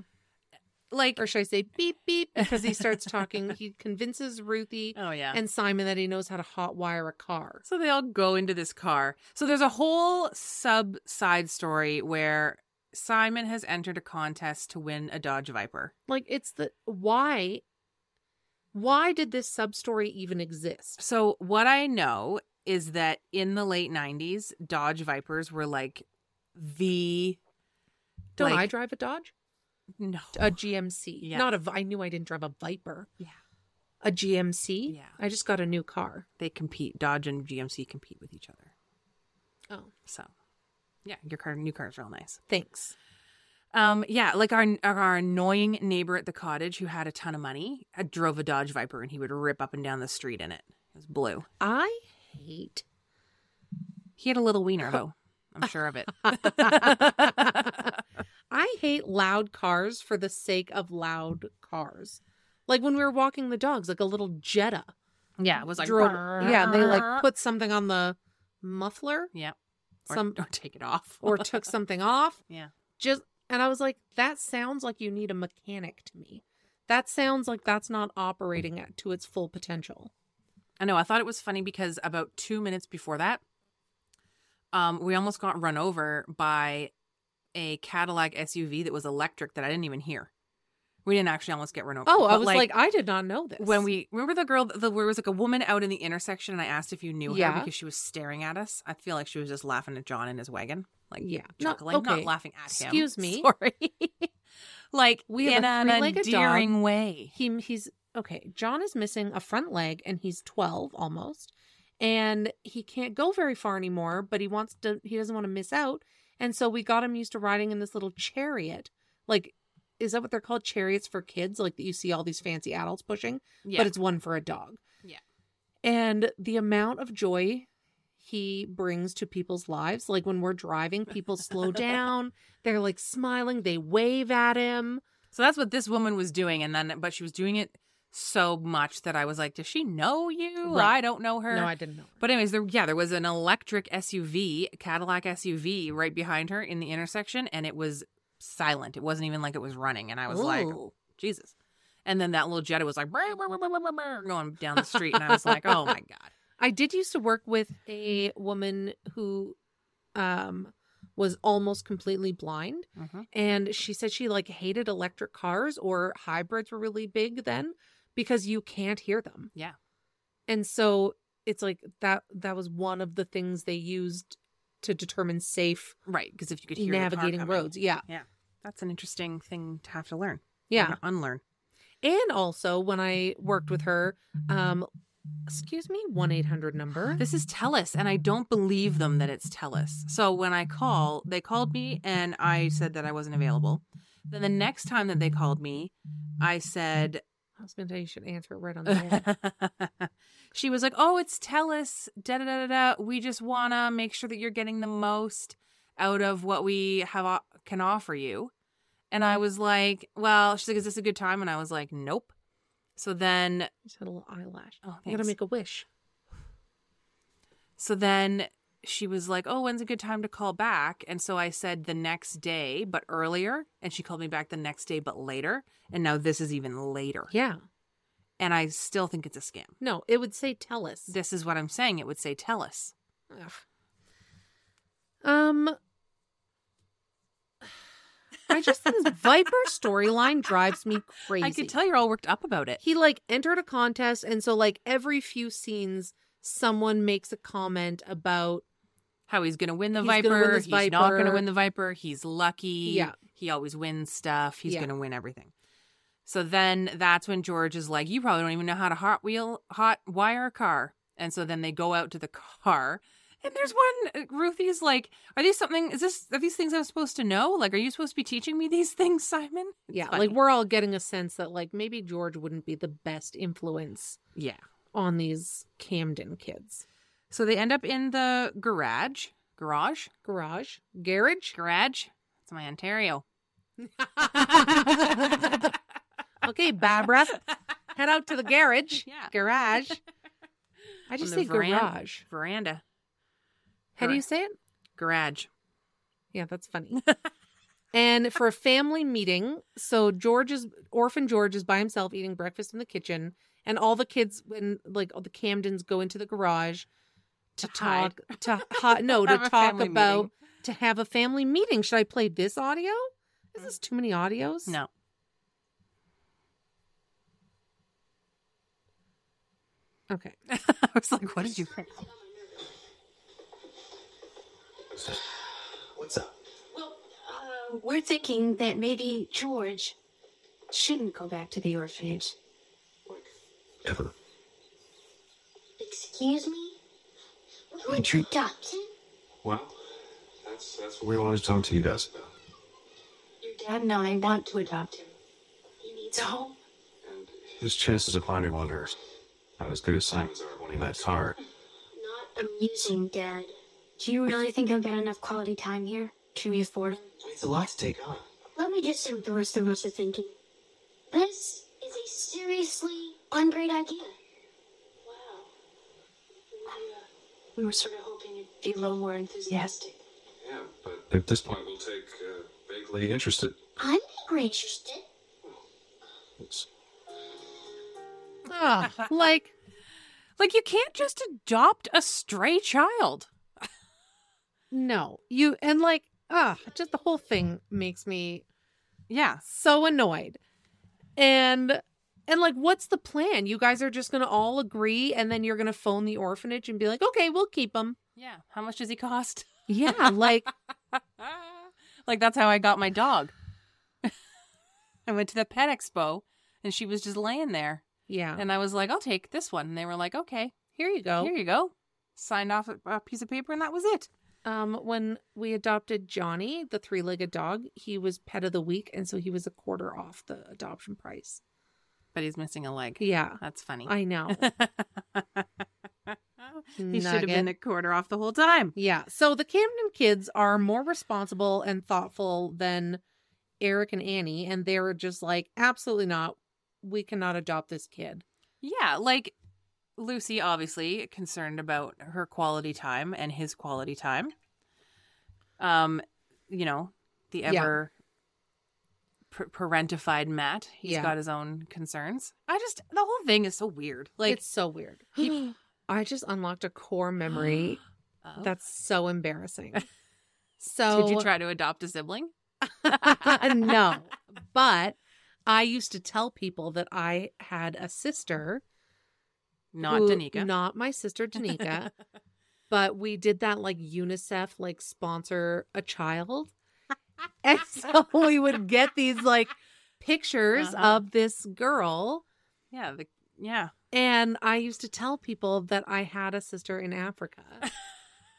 C: Like
B: Or should I say beep beep because he starts talking. he convinces Ruthie
C: Oh yeah.
B: and Simon that he knows how to hotwire a car.
C: So they all go into this car. So there's a whole sub side story where Simon has entered a contest to win a Dodge Viper.
B: Like it's the why why did this sub story even exist?
C: So what I know is that in the late 90s, Dodge Vipers were like the
B: Don't I
C: like-
B: drive a Dodge?
C: no
B: a GMC.
C: Yeah.
B: Not a Vi- I knew I didn't drive a Viper.
C: Yeah.
B: A GMC?
C: Yeah.
B: I just got a new car.
C: they compete. Dodge and GMC compete with each other.
B: Oh,
C: So yeah, your car new car is real nice.
B: thanks.
C: Um, yeah, like our our annoying neighbor at the cottage who had a ton of money uh, drove a Dodge Viper and he would rip up and down the street in it. It was blue.
B: I hate
C: He had a little wiener though. I'm sure of it.
B: I hate loud cars for the sake of loud cars. Like when we were walking the dogs, like a little Jetta.
C: Yeah, it was like
B: drove- yeah, they like put something on the muffler
C: yeah, or,
B: some
C: or take it off
B: or took something off.
C: yeah.
B: Just and I was like, that sounds like you need a mechanic to me. That sounds like that's not operating at to its full potential.
C: I know. I thought it was funny because about two minutes before that, um, we almost got run over by a Cadillac SUV that was electric that I didn't even hear. We didn't actually almost get run over.
B: Oh, I
C: but,
B: was like, I did not know this.
C: when we remember the girl, the, there was like a woman out in the intersection, and I asked if you knew
B: Yeah.
C: her because she was staring at us. I feel like she was just laughing at John in his wagon, like
B: Yeah. No,
C: chuckling, not
B: okay.
C: laughing at him.
B: Excuse me.
C: sorry. like
B: We have
C: in
B: a
C: an
B: three-legged dog.
C: endearing way.
B: he he's okay. John is missing a front leg, and he's twelve almost, and he can't go very far anymore. But he wants to. He doesn't want to miss out, and so we got him used to riding in this little chariot. Like, is that what they're called? Chariots for kids, like that you see all these fancy adults pushing,
C: Yeah,
B: but it's one for a dog.
C: Yeah.
B: and the amount of joy he brings to people's lives like when we're driving people slow down they're like smiling they wave at him
C: So that's what this woman was doing, and then but she was doing it so much that I was like, "Does she know you?
B: Right.
C: I don't know her."
B: didn't know
C: but anyways, there yeah, there was an electric SUV, Cadillac SUV, right behind her in the intersection, and it was silent. It wasn't even like it was running, and I was like,
B: Ooh.
C: "Jesus!" And then that little Jetta was like "Brr, brr, brr, brr, brr, brr," going down the street, and I was like, "Oh my god!"
B: I did used to work with a woman who um was almost completely blind
C: Mhm.
B: and she said she like hated electric cars or hybrids were really big then because you can't hear them.
C: Yeah.
B: And so it's like that that was one of the things they used to determine safe
C: Right, because if you could hear the car
B: navigating
C: coming,
B: roads. Yeah.
C: that's an interesting thing to have to learn.
B: Yeah.
C: to unlearn.
B: And also when I worked with her um excuse me 1-800 number.
C: This is Telus, and I don't believe them that it's Telus. So when I call, they called me and I said that I wasn't available. Then the next time that they called me, I said,
B: I was going to say you should answer it right on the head.
C: she was like, "Oh, it's Tellus. Da da da da da. We just wanna make sure that you're getting the most out of what we have o- can offer you." And I was like, "Well," she's like, "Is this a good time?" And I was like, "Nope." So then,
B: Just had a little eyelash.
C: oh,
B: I'm going to
C: thanks.
B: make a wish.
C: So then she was like, "Oh, when's a good time to call back?" And so I said the next day, but earlier, and she called me back the next day but later, and now this is even later.
B: Yeah.
C: And I still think it's a scam.
B: No, it would say tell us.
C: This is what I'm saying. It would say tell us.
B: Ugh. Um, I just this Viper storyline drives me crazy.
C: I could tell you're all worked up about it.
B: he like entered a contest, and so like every few scenes, someone makes a comment about
C: How he's going to win the
B: He's
C: Viper.
B: gonna win this
C: he's not going to
B: Viper.
C: win the Viper. He's lucky.
B: Yeah.
C: He always wins stuff. He's
B: Yeah.
C: going to win everything. So then that's when George is like, "You probably don't even know how to hot wheel hot wire a car." And so then they go out to the car, and there's one. uh, Ruthie's like, "Are these something? Is this are these things I'm supposed to know? Like, are you supposed to be teaching me these things, Simon?" It's
B: yeah,
C: funny.
B: like we're all getting a sense that like maybe George wouldn't be the best influence
C: yeah.
B: on these Camden kids.
C: So they end up in the garage, garage,
B: Garage, garage.
C: garage. It's my Ontario.
B: okay, Barbara, head out to the garage.
C: Yeah.
B: garage. I just
C: the
B: say
C: veran-
B: garage.
C: Veranda.
B: How do you
C: Correct.
B: say it?
C: Garage.
B: Yeah, that's funny. and for a family meeting, so George is orphan George is by himself eating breakfast in the kitchen, and all the kids and like all the Camdens go into the garage to,
C: To hide.
B: talk to hi- no to
C: Have a
B: talk
C: family
B: about
C: meeting.
B: to have a family meeting. Should I play this audio? Is this too many audios?
C: Mm. No.
B: Okay.
C: I was like, what did you pick?
D: What's up?
E: Well, uh, we're thinking that maybe George shouldn't go back to the orphanage.
D: Ever.
F: Excuse me?
D: We treat-
F: Adopted?
D: Well, that's, that's what we wanted to talk to you guys about.
E: Your dad and I want to adopt him. He needs a home.
D: His chances of finding one are not as good as Simon's are when he met Tar.
F: Not amusing, Dad. Do you really think I've got enough quality time here? Can we afford him?
D: It's a lot to take on.
F: Let me just endorse the rest of thinking. This is a seriously unbreat idea.
E: Wow. We, uh, we were sort of hoping it'd be a little more enthusiastic.
D: Yeah, but at this point, we'll take uh, vaguely interested.
F: I'm not interested.
D: It's-
B: Ugh, like
C: Like, you can't just adopt a stray child.
B: no. You and like ah, just the whole thing makes me
C: Yeah.
B: so annoyed and and like what's the plan you guys are just gonna all agree and then you're gonna phone the orphanage and be like okay we'll keep them
C: Yeah. How much does he cost?
B: yeah like
C: like, that's how I got my dog. I went to the pet expo and she was just laying there.
B: yeah
C: And I was like, I'll take this one. And they were like, okay,
B: here you go
C: here you go. Signed off a- a piece of paper and that was it.
B: um when we adopted johnny the three-legged dog he was pet of the week and so he was a quarter off the adoption price
C: But he's missing a leg.
B: yeah
C: That's funny.
B: i know
C: he should have been a
B: Nugget.
C: quarter off the whole time.
B: yeah so the camden kids are more responsible and thoughtful than eric and annie and they're just like absolutely not we cannot adopt this kid
C: Yeah, like Lucy obviously concerned about her quality time and his quality time. Um, you know, the
B: Yeah.
C: ever pa- parentified Matt. He's
B: Yeah.
C: got his own concerns. I just the whole thing is so weird. Like
B: it's so weird. I just unlocked a core memory
C: Oh.
B: that's so embarrassing. So
C: did you try to adopt a sibling? uh,
B: no, but I used to tell people that I had a sister,
C: Not
B: who-
C: Danica.
B: not my sister Danica, but we did that like UNICEF like sponsor a child, and so we would get these like pictures
C: Uh-huh.
B: of this girl
C: yeah, the yeah.
B: And I used to tell people that I had a sister in Africa.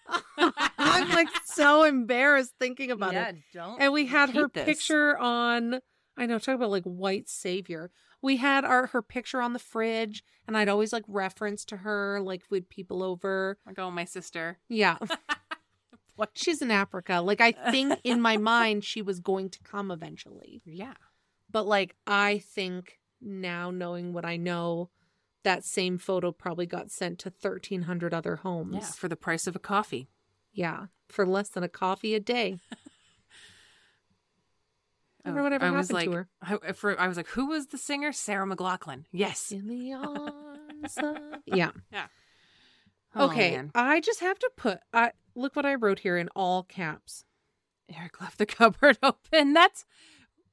B: I'm like so embarrassed thinking about
C: yeah,
B: it.
C: don't
B: And we had her
C: repeat this.
B: picture on, I know, talk about like white savior. we had our her picture on the fridge, and I'd always like reference to her, like with people over.
C: Like, oh, my sister.
B: Yeah. what? She's in Africa. Like I think in my mind she was going to come eventually.
C: Yeah.
B: But like I think now knowing what I know, that same photo probably got sent to thirteen hundred other homes.
C: Yeah. For the price of a coffee.
B: Yeah, for less than a coffee a day. Or whatever
C: Oh, I was
B: happened
C: like,
B: to her.
C: I, for, I was like, who was the singer? Sarah McLaughlin. Yes.
B: In the arms of- Yeah.
C: Oh,
B: okay.
C: man.
B: I just have to put I look what I wrote here in all caps.
C: Eric left the cupboard open. That's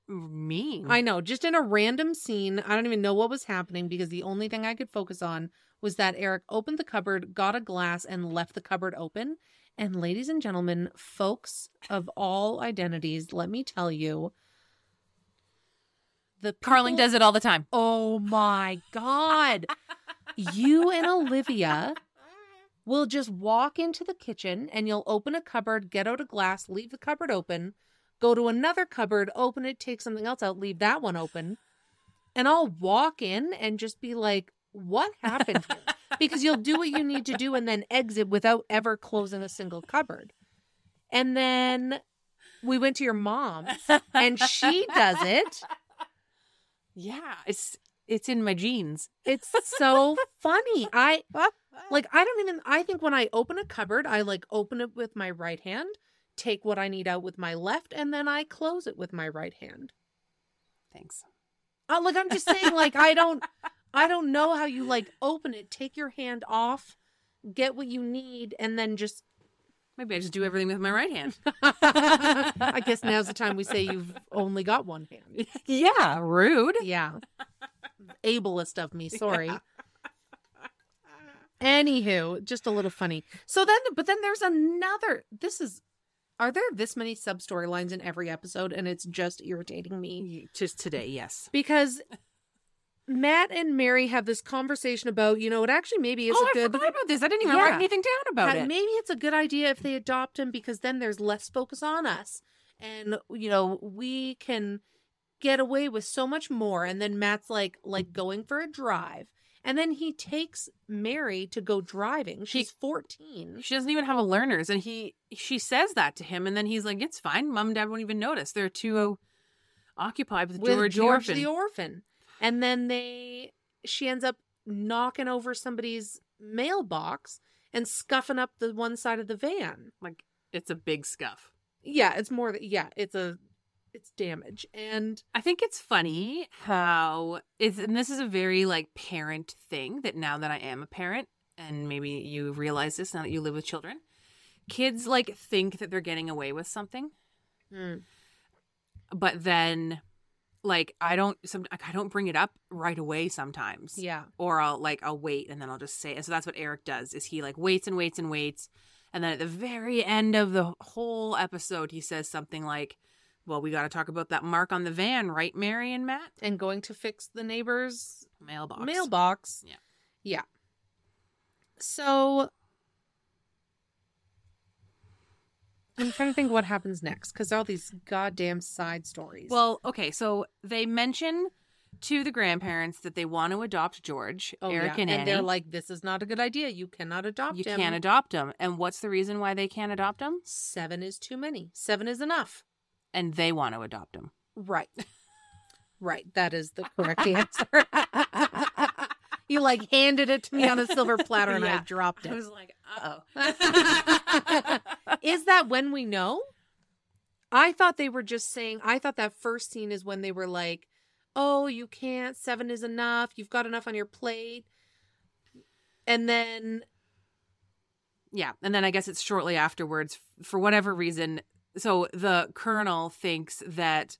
C: mean.
B: I know, just in a random scene, I don't even know what was happening because the only thing I could focus on was that Eric opened the cupboard, got a glass, and left the cupboard open. And ladies and gentlemen, folks of all identities, let me tell you the
C: Carling
B: people-
C: does it all the time.
B: Oh my God. you and Olivia will just walk into the kitchen and you'll open a cupboard, get out a glass, leave the cupboard open, go to another cupboard, open it, take something else out, leave that one open. And I'll walk in and just be like, what happened here? Because you'll do what you need to do and then exit without ever closing a single cupboard. And then we went to your mom and she does it.
C: Yeah, it's it's in my jeans.
B: It's so funny. I like I don't even I think when I open a cupboard, I like open it with my right hand, take what I need out with my left, and then I close it with my right hand.
C: Thanks.
B: Uh, like I'm just saying, like I don't I don't know how you like open it, take your hand off, get what you need, and then just
C: Maybe I just do everything with my right hand.
B: I guess now's the time we say you've only got one hand.
C: yeah, rude.
B: Yeah. Ableist of me, sorry. Anywho, just a little funny. So then, but then there's another. This is, are there this many sub storylines in every episode, and it's just irritating me
C: Just today, yes.
B: because Matt and Mary have this conversation about, you know, it actually maybe is
C: oh,
B: a
C: I
B: good.
C: forgot about this. I didn't even write
B: Yeah.
C: anything down about
B: Uh,
C: it.
B: Maybe it's a good idea if they adopt him because then there's less focus on us. And you know, we can get away with so much more. And then Matt's like like going for a drive. And then he takes Mary to go driving. She's 14.
C: She doesn't even have a learners, and he she says that to him, and then he's like, "It's fine. Mom and Dad won't even notice. They're too occupied with,
B: with
C: George,
B: George
C: the
B: the
C: orphan."
B: orphan. And then they she ends up knocking over somebody's mailbox and scuffing up the one side of the van.
C: Like it's a big scuff.
B: Yeah, it's more that yeah, it's a it's damage. And
C: I think it's funny how it's, and this is a very like parent thing that now that I am a parent, and maybe you realize this now that you live with children, kids like think that they're getting away with something, Mm. but then like I don't, some I don't bring it up right away sometimes
B: yeah.
C: or I'll like I'll wait and then I'll just say. And so that's what Eric does. Is he like waits and waits and waits, and then at the very end of the whole episode, he says something like, "Well, we got to talk about that mark on the van, right, Mary and Matt?"
B: and going to fix the neighbor's
C: Mailbox.
B: mailbox.
C: Yeah.
B: Yeah. So I'm trying to think what happens next because all these goddamn side stories.
C: Well, okay, so they mention to the grandparents that they want to adopt George,
B: Oh,
C: Eric,
B: yeah.
C: and Annie.
B: they're like, this is not a good idea. You cannot adopt
C: "You
B: him.
C: can't adopt him." And what's the reason why they can't adopt him?
B: Seven is too many. Seven is enough.
C: And they want to adopt him.
B: Right. Right. That is the correct answer. you like handed it to me on a silver platter and I
C: Yeah.
B: dropped it.
C: I was like, "Oh."
B: is that when we know? I thought they were just saying, I thought that first scene is when they were like, oh, you can't, seven is enough, you've got enough on your plate. And then,
C: Yeah, and then I guess it's shortly afterwards f- for whatever reason. So the colonel thinks that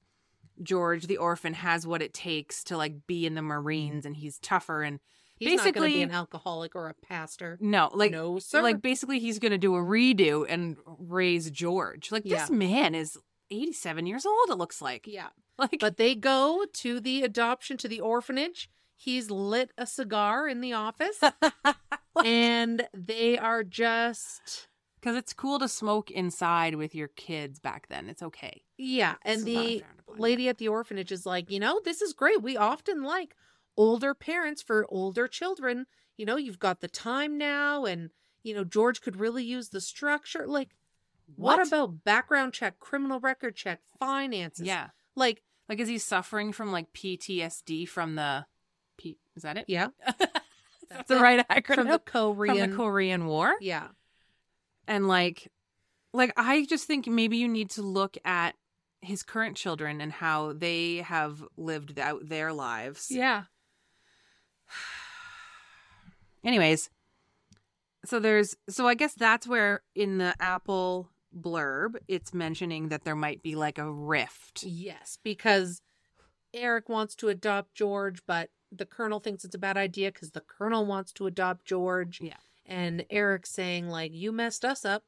C: George the orphan has what it takes to like be in the Marines and he's tougher and
B: he's Basically, not going to be an
C: Basically-
B: alcoholic or a pastor.
C: no, like
B: no, sir.
C: like basically he's going to do a redo and raise George. Like
B: Yeah.
C: this man is 87 years old it looks like.
B: yeah.
C: Like
B: But they go to the adoption, to the orphanage. He's lit a cigar in the office. and they are just
C: Because it's cool to smoke inside with your kids back then. It's okay.
B: Yeah, and
C: It's not
B: the
C: frowned upon.
B: lady at the orphanage is like, you know, this is great. We often like older parents for older children. You know, you've got the time now, and you know George could really use the structure. Like, what,
C: What?
B: about background check, criminal record check, finances?
C: Yeah.
B: like
C: Like, is he suffering from like PTSD from the. P- is that it?
B: yeah,
C: That's the right acronym.
B: from the
C: From
B: Korean.
C: the Korean War?
B: yeah,
C: and like like i just think maybe you need to look at his current children and how they have lived out their lives
B: yeah,
C: anyways so there's so i guess that's where in the apple blurb it's mentioning that there might be like a rift
B: yes, because Eric wants to adopt George, but the colonel thinks it's a bad idea because the colonel wants to adopt George.
C: Yeah.
B: and Eric saying like you messed us up,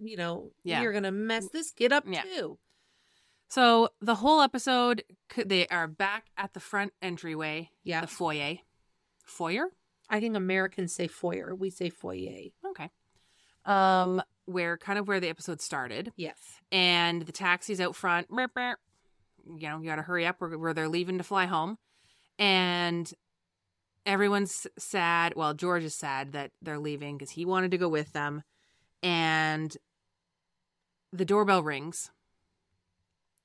B: you know,
C: Yeah. Mm,
B: you're gonna mess this kid up
C: Yeah.
B: too.
C: so the whole episode c- they are back at the front entryway
B: Yeah.
C: the foyer foyer
B: I think Americans say foyer, we say foyer.
C: okay um where kind of where the episode started
B: Yes,
C: and the taxi's out front. Burp, burp. You know, you got to hurry up. We're, we're they're leaving to fly home, and everyone's sad. Well, George is sad that they're leaving because he wanted to go with them, and the doorbell rings,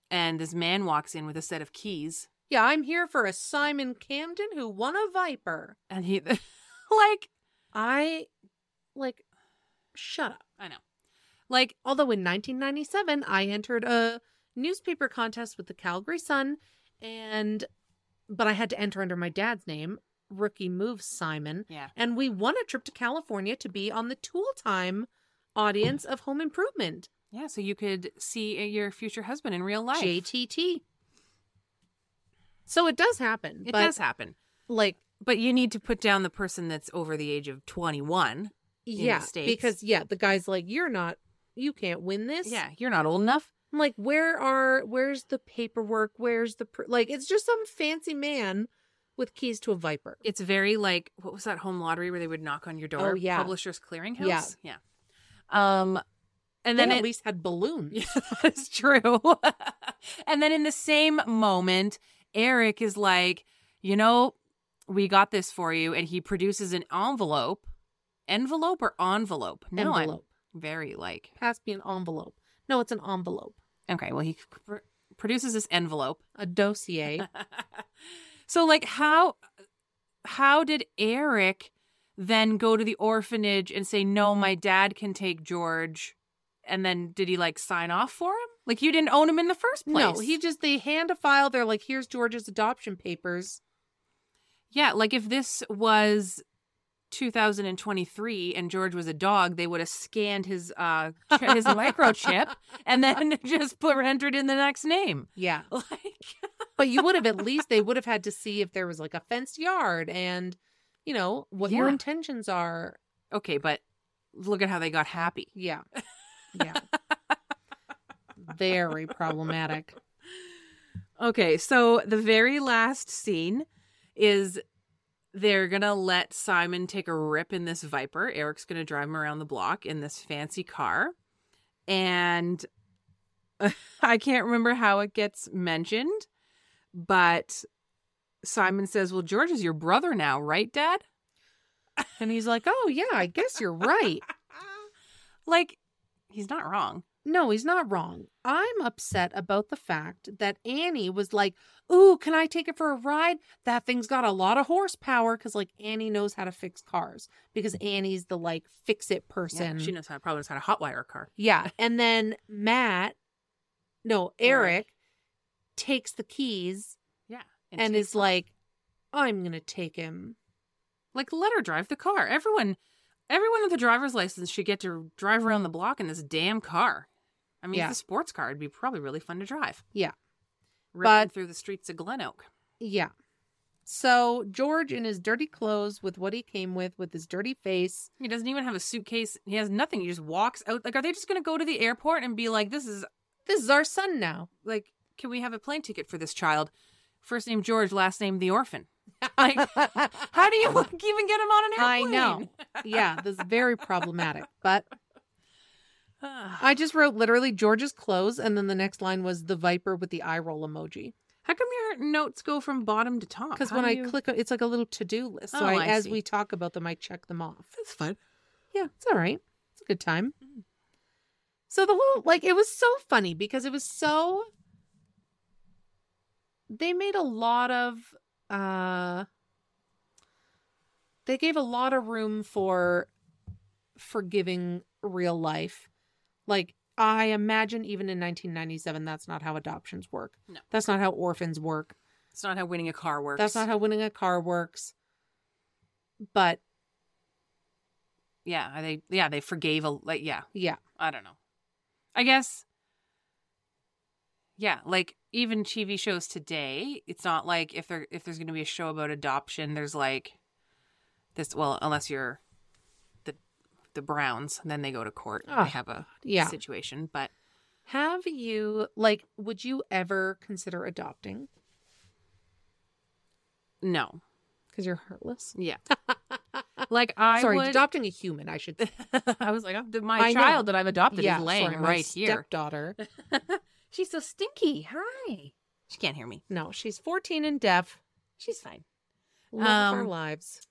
C: and this man walks in with a set of keys,
B: yeah, I'm here for a Simon Camden who won a viper.
C: and he like
B: I like shut up.
C: I know, like
B: Although in 1997, I entered a newspaper contest with the Calgary Sun, and but I had to enter under my dad's name, Rookie Move Simon.
C: Yeah.
B: And we won a trip to California to be on the Tool Time audience of Home Improvement,
C: yeah, so you could see uh, your future husband in real life.
B: JTT. So it does happen.
C: it
B: but
C: does happen,
B: Like,
C: but you need to put down the person that's over the age of twenty-one. the
B: yeah,
C: States.
B: because yeah, the guy's like, you're not, you can't win this.
C: Yeah, you're not old enough.
B: I'm like, where are where's the paperwork? Where's the pr-? like? It's just some fancy man with keys to a viper.
C: It's very like what was that home lottery where they would knock on your door?
B: Oh, yeah.
C: Publishers Clearinghouse.
B: Yeah.
C: yeah. Um, and then
B: they
C: it,
B: at least had balloons.
C: yeah, that is true. and then in the same moment, Eric is like, you know, we got this for you, and he produces an envelope, envelope or envelope. No,
B: Envelope.
C: I'm very like
B: Pass me an envelope. No, it's an envelope.
C: okay. Well, he pr- produces this envelope.
B: A dossier.
C: so like how how did Eric then go to the orphanage and say no my dad can take George and then did he like sign off for him? Like you didn't own him in the first place.
B: no, he just they hand a file. They're like, here's George's adoption papers.
C: Yeah, like if this was 2023 and George was a dog, they would have scanned his uh chi- his microchip and then just put entered in the next name.
B: Yeah,
C: Like
B: but you would have at least they would have had to see if there was like a fenced yard and you know what your
C: Yeah.
B: intentions are.
C: okay, but look at how they got happy.
B: Yeah, yeah. Very problematic.
C: Okay, so the very last scene is they're gonna let Simon take a rip in this Viper. Eric's gonna drive him around the block in this fancy car, and I can't remember how it gets mentioned, but Simon says, "Well, George is your brother now, right, Dad?"
B: And he's like, oh yeah, I guess you're right. Ah.
C: Like, he's not wrong.
B: No, he's not wrong. I'm upset about the fact that Annie was like, Ooh, can I take it for a ride? That thing's got a lot of horsepower. Cause like Annie knows how to fix cars because Annie's the like fix it person.
C: Mm-hmm. she knows how. Probably knows how to hotwire a car.
B: Yeah. And then Matt, no, Eric,
C: Eric.
B: takes the keys
C: Yeah,
B: and, is like, I'm going to take him.
C: Like let her drive the car. Everyone everyone with a driver's license should get to drive around the block in this damn car. I mean,
B: Yeah.
C: if it's a sports car, it'd be probably really fun to drive.
B: Yeah.
C: Ripping
B: But-
C: through the streets of Glen Oak.
B: Yeah. So George in his dirty clothes with what he came with, with his dirty face.
C: He doesn't even have a suitcase. He has nothing. He just walks out. Like, are they just gonna go to the airport and be like, this is
B: This is our son now.
C: like, can we have a plane ticket for this child? First name George, last name the orphan. Like how do you even get him on an
B: I
C: airplane?
B: know. yeah, this is very problematic. But
C: Ah.
B: I just wrote literally George's clothes, and then the next line was the viper with the eye roll emoji.
C: How come your notes go from bottom to top?
B: Because
C: How
B: when
C: do
B: I
C: you-
B: click, it's like a little to do list. So
C: Oh,
B: I,
C: I
B: as
C: see.
B: we talk about them, I check them off.
C: that's fun. Mm.
B: Yeah, it's all right. It's a good time. So the whole like it was so funny because it was so they made a lot of uh they gave a lot of room for forgiving real life. Like I imagine even in 1997 that's not how adoptions work.
C: No.
B: That's not how orphans work.
C: It's not how winning a car works.
B: That's not how winning a car works. But
C: Yeah, they yeah they forgave a like yeah
B: yeah,
C: I don't know. I guess. Yeah, like even TV shows today, it's not like if there if there's going to be a show about adoption, there's like this. Well, unless you're the the Browns, then they go to court. and
B: Oh,
C: they have a
B: yeah.
C: situation, but
B: Have you like would you ever consider adopting
C: no,
B: cuz you're heartless?
C: yeah. like I
B: Sorry,
C: would-
B: adopting a human, I should say.
C: I was like, oh, my
B: I know.
C: child that I've adopted
B: yeah,
C: is laying
B: sorry, my
C: right here.
B: Stepdaughter.
C: She's so stinky. Hi. She can't hear me.
B: No, she's 14 and deaf.
C: She's fine.
B: Love of our
C: Um,
B: lives.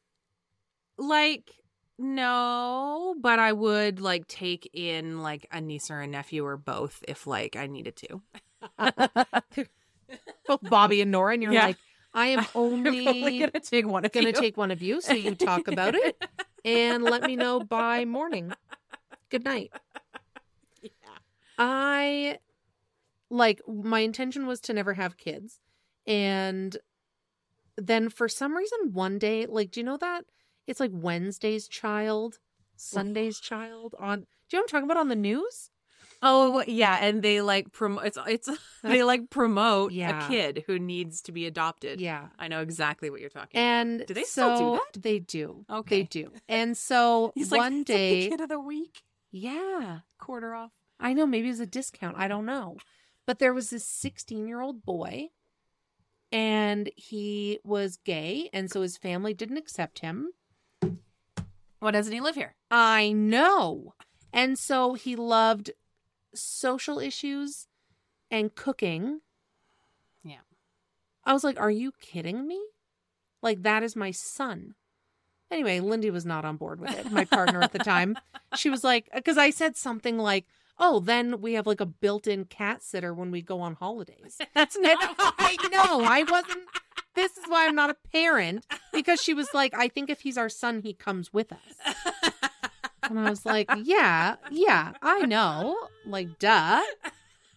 C: Like, no, but I would like take in like a niece or a nephew or both if like I needed to.
B: Both Bobby and Nora and you're
C: Yeah.
B: like, I am only,
C: gonna take one of
B: going to
C: you.
B: take one of you so you talk about it and let me know by morning. Good night. I like my intention was to never have kids. And then for some reason one day, like do you know that it's like Wednesday's child, Sunday's child on Do you know what I'm talking about on the news?
C: Oh yeah, and they like promote. It's it's they like promote
B: Yeah.
C: a kid who needs to be adopted.
B: Yeah.
C: I know exactly what you're talking. about.
B: And
C: Do they
B: so
C: still do that?
B: They do. They
C: Okay.
B: do. And so
C: He's like,
B: one
C: "It's like the
B: day,
C: kid of the week,
B: yeah.
C: quarter off.
B: I know, maybe it was a discount. I don't know. But there was this 16 year old boy, and he was gay, and so his family didn't accept him.
C: Why doesn't he live here?
B: I know. And so he loved social issues and cooking.
C: Yeah.
B: I was like, are you kidding me? Like, that is my son. Anyway, Lindy was not on board with it, my partner at the time. She was like, because I said something like, oh, then we have like a built in cat sitter when we go on holidays.
C: That's
B: And I know, I wasn't. This is why I'm not a parent because she was like, I think if he's our son, he comes with us. And I was like, yeah, yeah, I know. Like, duh.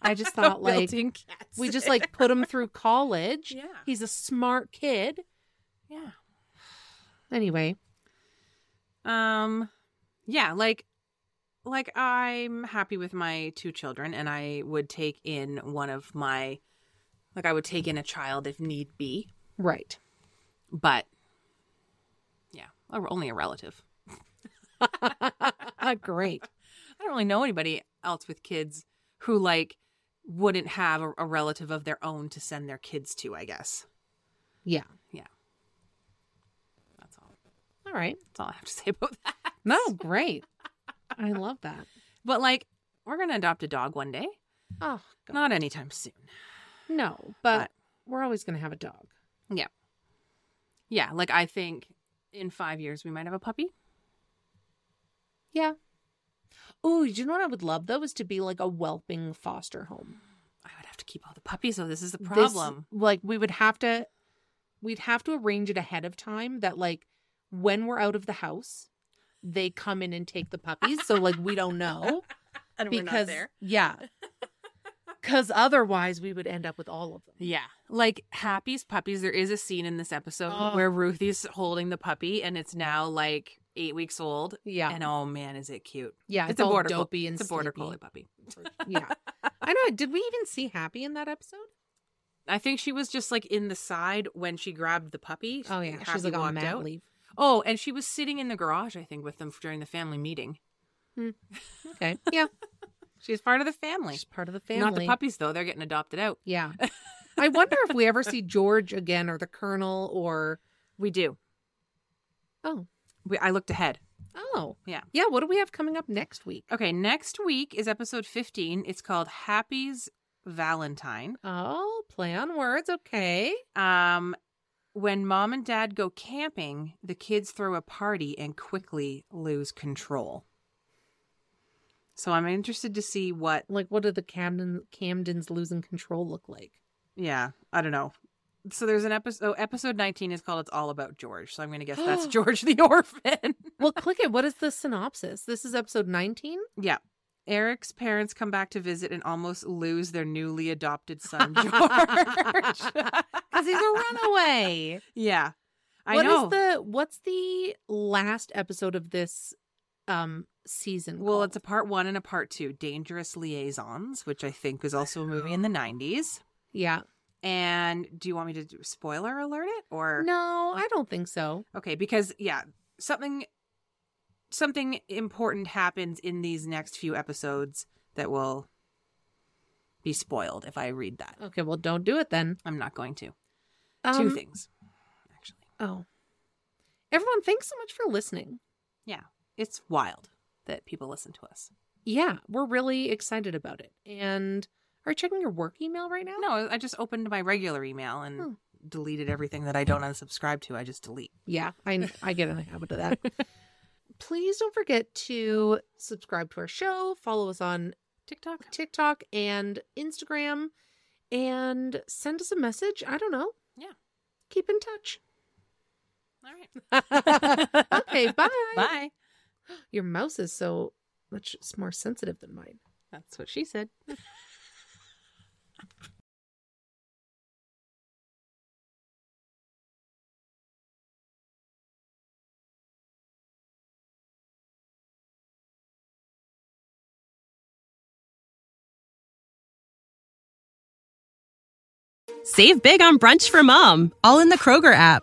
B: I just thought, like,
C: Built-in cats.
B: we just like put him through college.
C: Yeah.
B: He's a smart kid.
C: yeah.
B: Anyway,
C: Um yeah, like like I'm happy with my two children and I would take in one of my like I would take in a child if need be,
B: right.
C: but yeah, a- only a relative.
B: Uh, Great.
C: I don't really know anybody else with kids who like wouldn't have a, a relative of their own to send their kids to, I guess.
B: Yeah.
C: That's all.
B: All right.
C: That's all I have to say about that.
B: No, great. I love that.
C: But like we're going to adopt a dog one day.
B: Oh, God.
C: Not anytime soon.
B: no, but we're always going to have a dog.
C: Yeah, like I think in 5 years we might have a puppy.
B: Yeah. Ooh, do you know what I would love though is to be like a whelping foster home.
C: I would have to keep all the puppies, though. This is the
B: This-
C: problem.
B: like we would have to we'd have to arrange it ahead of time that like when we're out of the house, they come in and take the puppies. So like we don't know.
C: and
B: because yeah. Cause otherwise we would end up with all of them.
C: Yeah. Like Happy's puppies, there is a scene in this episode
B: Oh.
C: where Ruthie's holding the puppy and it's now like eight weeks old.
B: Yeah.
C: And oh man, is it cute.
B: yeah.
C: It's, a
B: all
C: border
B: dopey
C: collie.
B: and
C: It's a border
B: sleepy.
C: collie puppy.
B: yeah. I know. Did we even see Happy in that episode?
C: I think she was just like in the side when she grabbed the puppy.
B: Oh yeah.
C: Happy
B: She's like on
C: walked
B: mat
C: out.
B: leave.
C: Oh, and she was sitting in the garage, I think, with them during the family meeting.
B: Okay. Yeah.
C: She's part of the family.
B: She's part of the family.
C: Not the puppies though; they're getting adopted out.
B: Yeah. I wonder if we ever see George again or the Colonel or
C: We do.
B: oh
C: We, I looked ahead.
B: oh Oh.
C: Yeah.
B: Yeah. What do we have coming up next week?
C: Okay, next week is episode 15. It's called Happy's Valentine.
B: Oh, play on words. Okay.
C: Um, when mom and dad go camping, the kids throw a party and quickly lose control. So I'm interested to see what,
B: Like, what do the Camden Camdens losing control look like?
C: yeah, I don't know. So there's an episode, oh, episode 19 is called It's All About George. So I'm going to guess that's George the Orphan.
B: Well, click it. What is the synopsis? This is episode 19.
C: Yeah. Eric's parents come back to visit and almost lose their newly adopted son, George.
B: Because he's a runaway.
C: yeah. I
B: What is
C: know.
B: the what's the last episode of this um season?
C: well,
B: called?
C: it's a part one and a part two Dangerous Liaisons, which I think was also a movie in the 90s.
B: yeah.
C: And do you want me to do, spoiler alert it or?
B: No, I don't think so.
C: Okay, because yeah, something something important happens in these next few episodes that will be spoiled if I read that.
B: Okay, well, don't do it then.
C: I'm not going to.
B: Um,
C: two things actually.
B: Oh, everyone, thanks so much for listening.
C: Yeah, it's wild that people listen to us.
B: Yeah, we're really excited about it. And are you checking your work email right now?
C: No, I just opened my regular email and
B: Hmm.
C: deleted everything that I don't unsubscribe to. I just delete.
B: Yeah, I I get in the habit of that. Please don't forget to subscribe to our show, follow us on
C: TikTok.
B: TikTok and Instagram, and send us a message. I don't know.
C: Yeah.
B: Keep in touch.
C: All right.
B: Okay, bye.
C: Bye.
B: Your mouse is so much more sensitive than mine.
C: That's what she said.
G: Save big on brunch for mom, all in the Kroger app.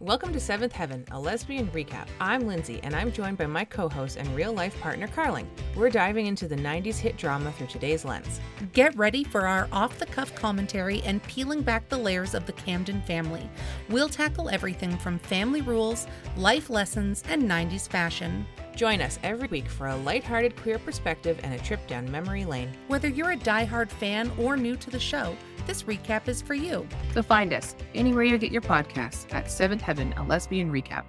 A: Welcome to Seventh Heaven, a lesbian recap. I'm Lindsay, and I'm joined by my co host and real life partner, Carling. We're diving into the 90s hit drama through today's lens.
B: Get ready for our off the cuff commentary and peeling back the layers of the Camden family. We'll tackle everything from family rules, life lessons, and 90s fashion.
A: Join us every week for a lighthearted queer perspective and a trip down memory lane.
B: Whether you're a diehard fan or new to the show, this recap is for you.
H: So find us anywhere you get your podcasts at Seventh Heaven, a lesbian recap.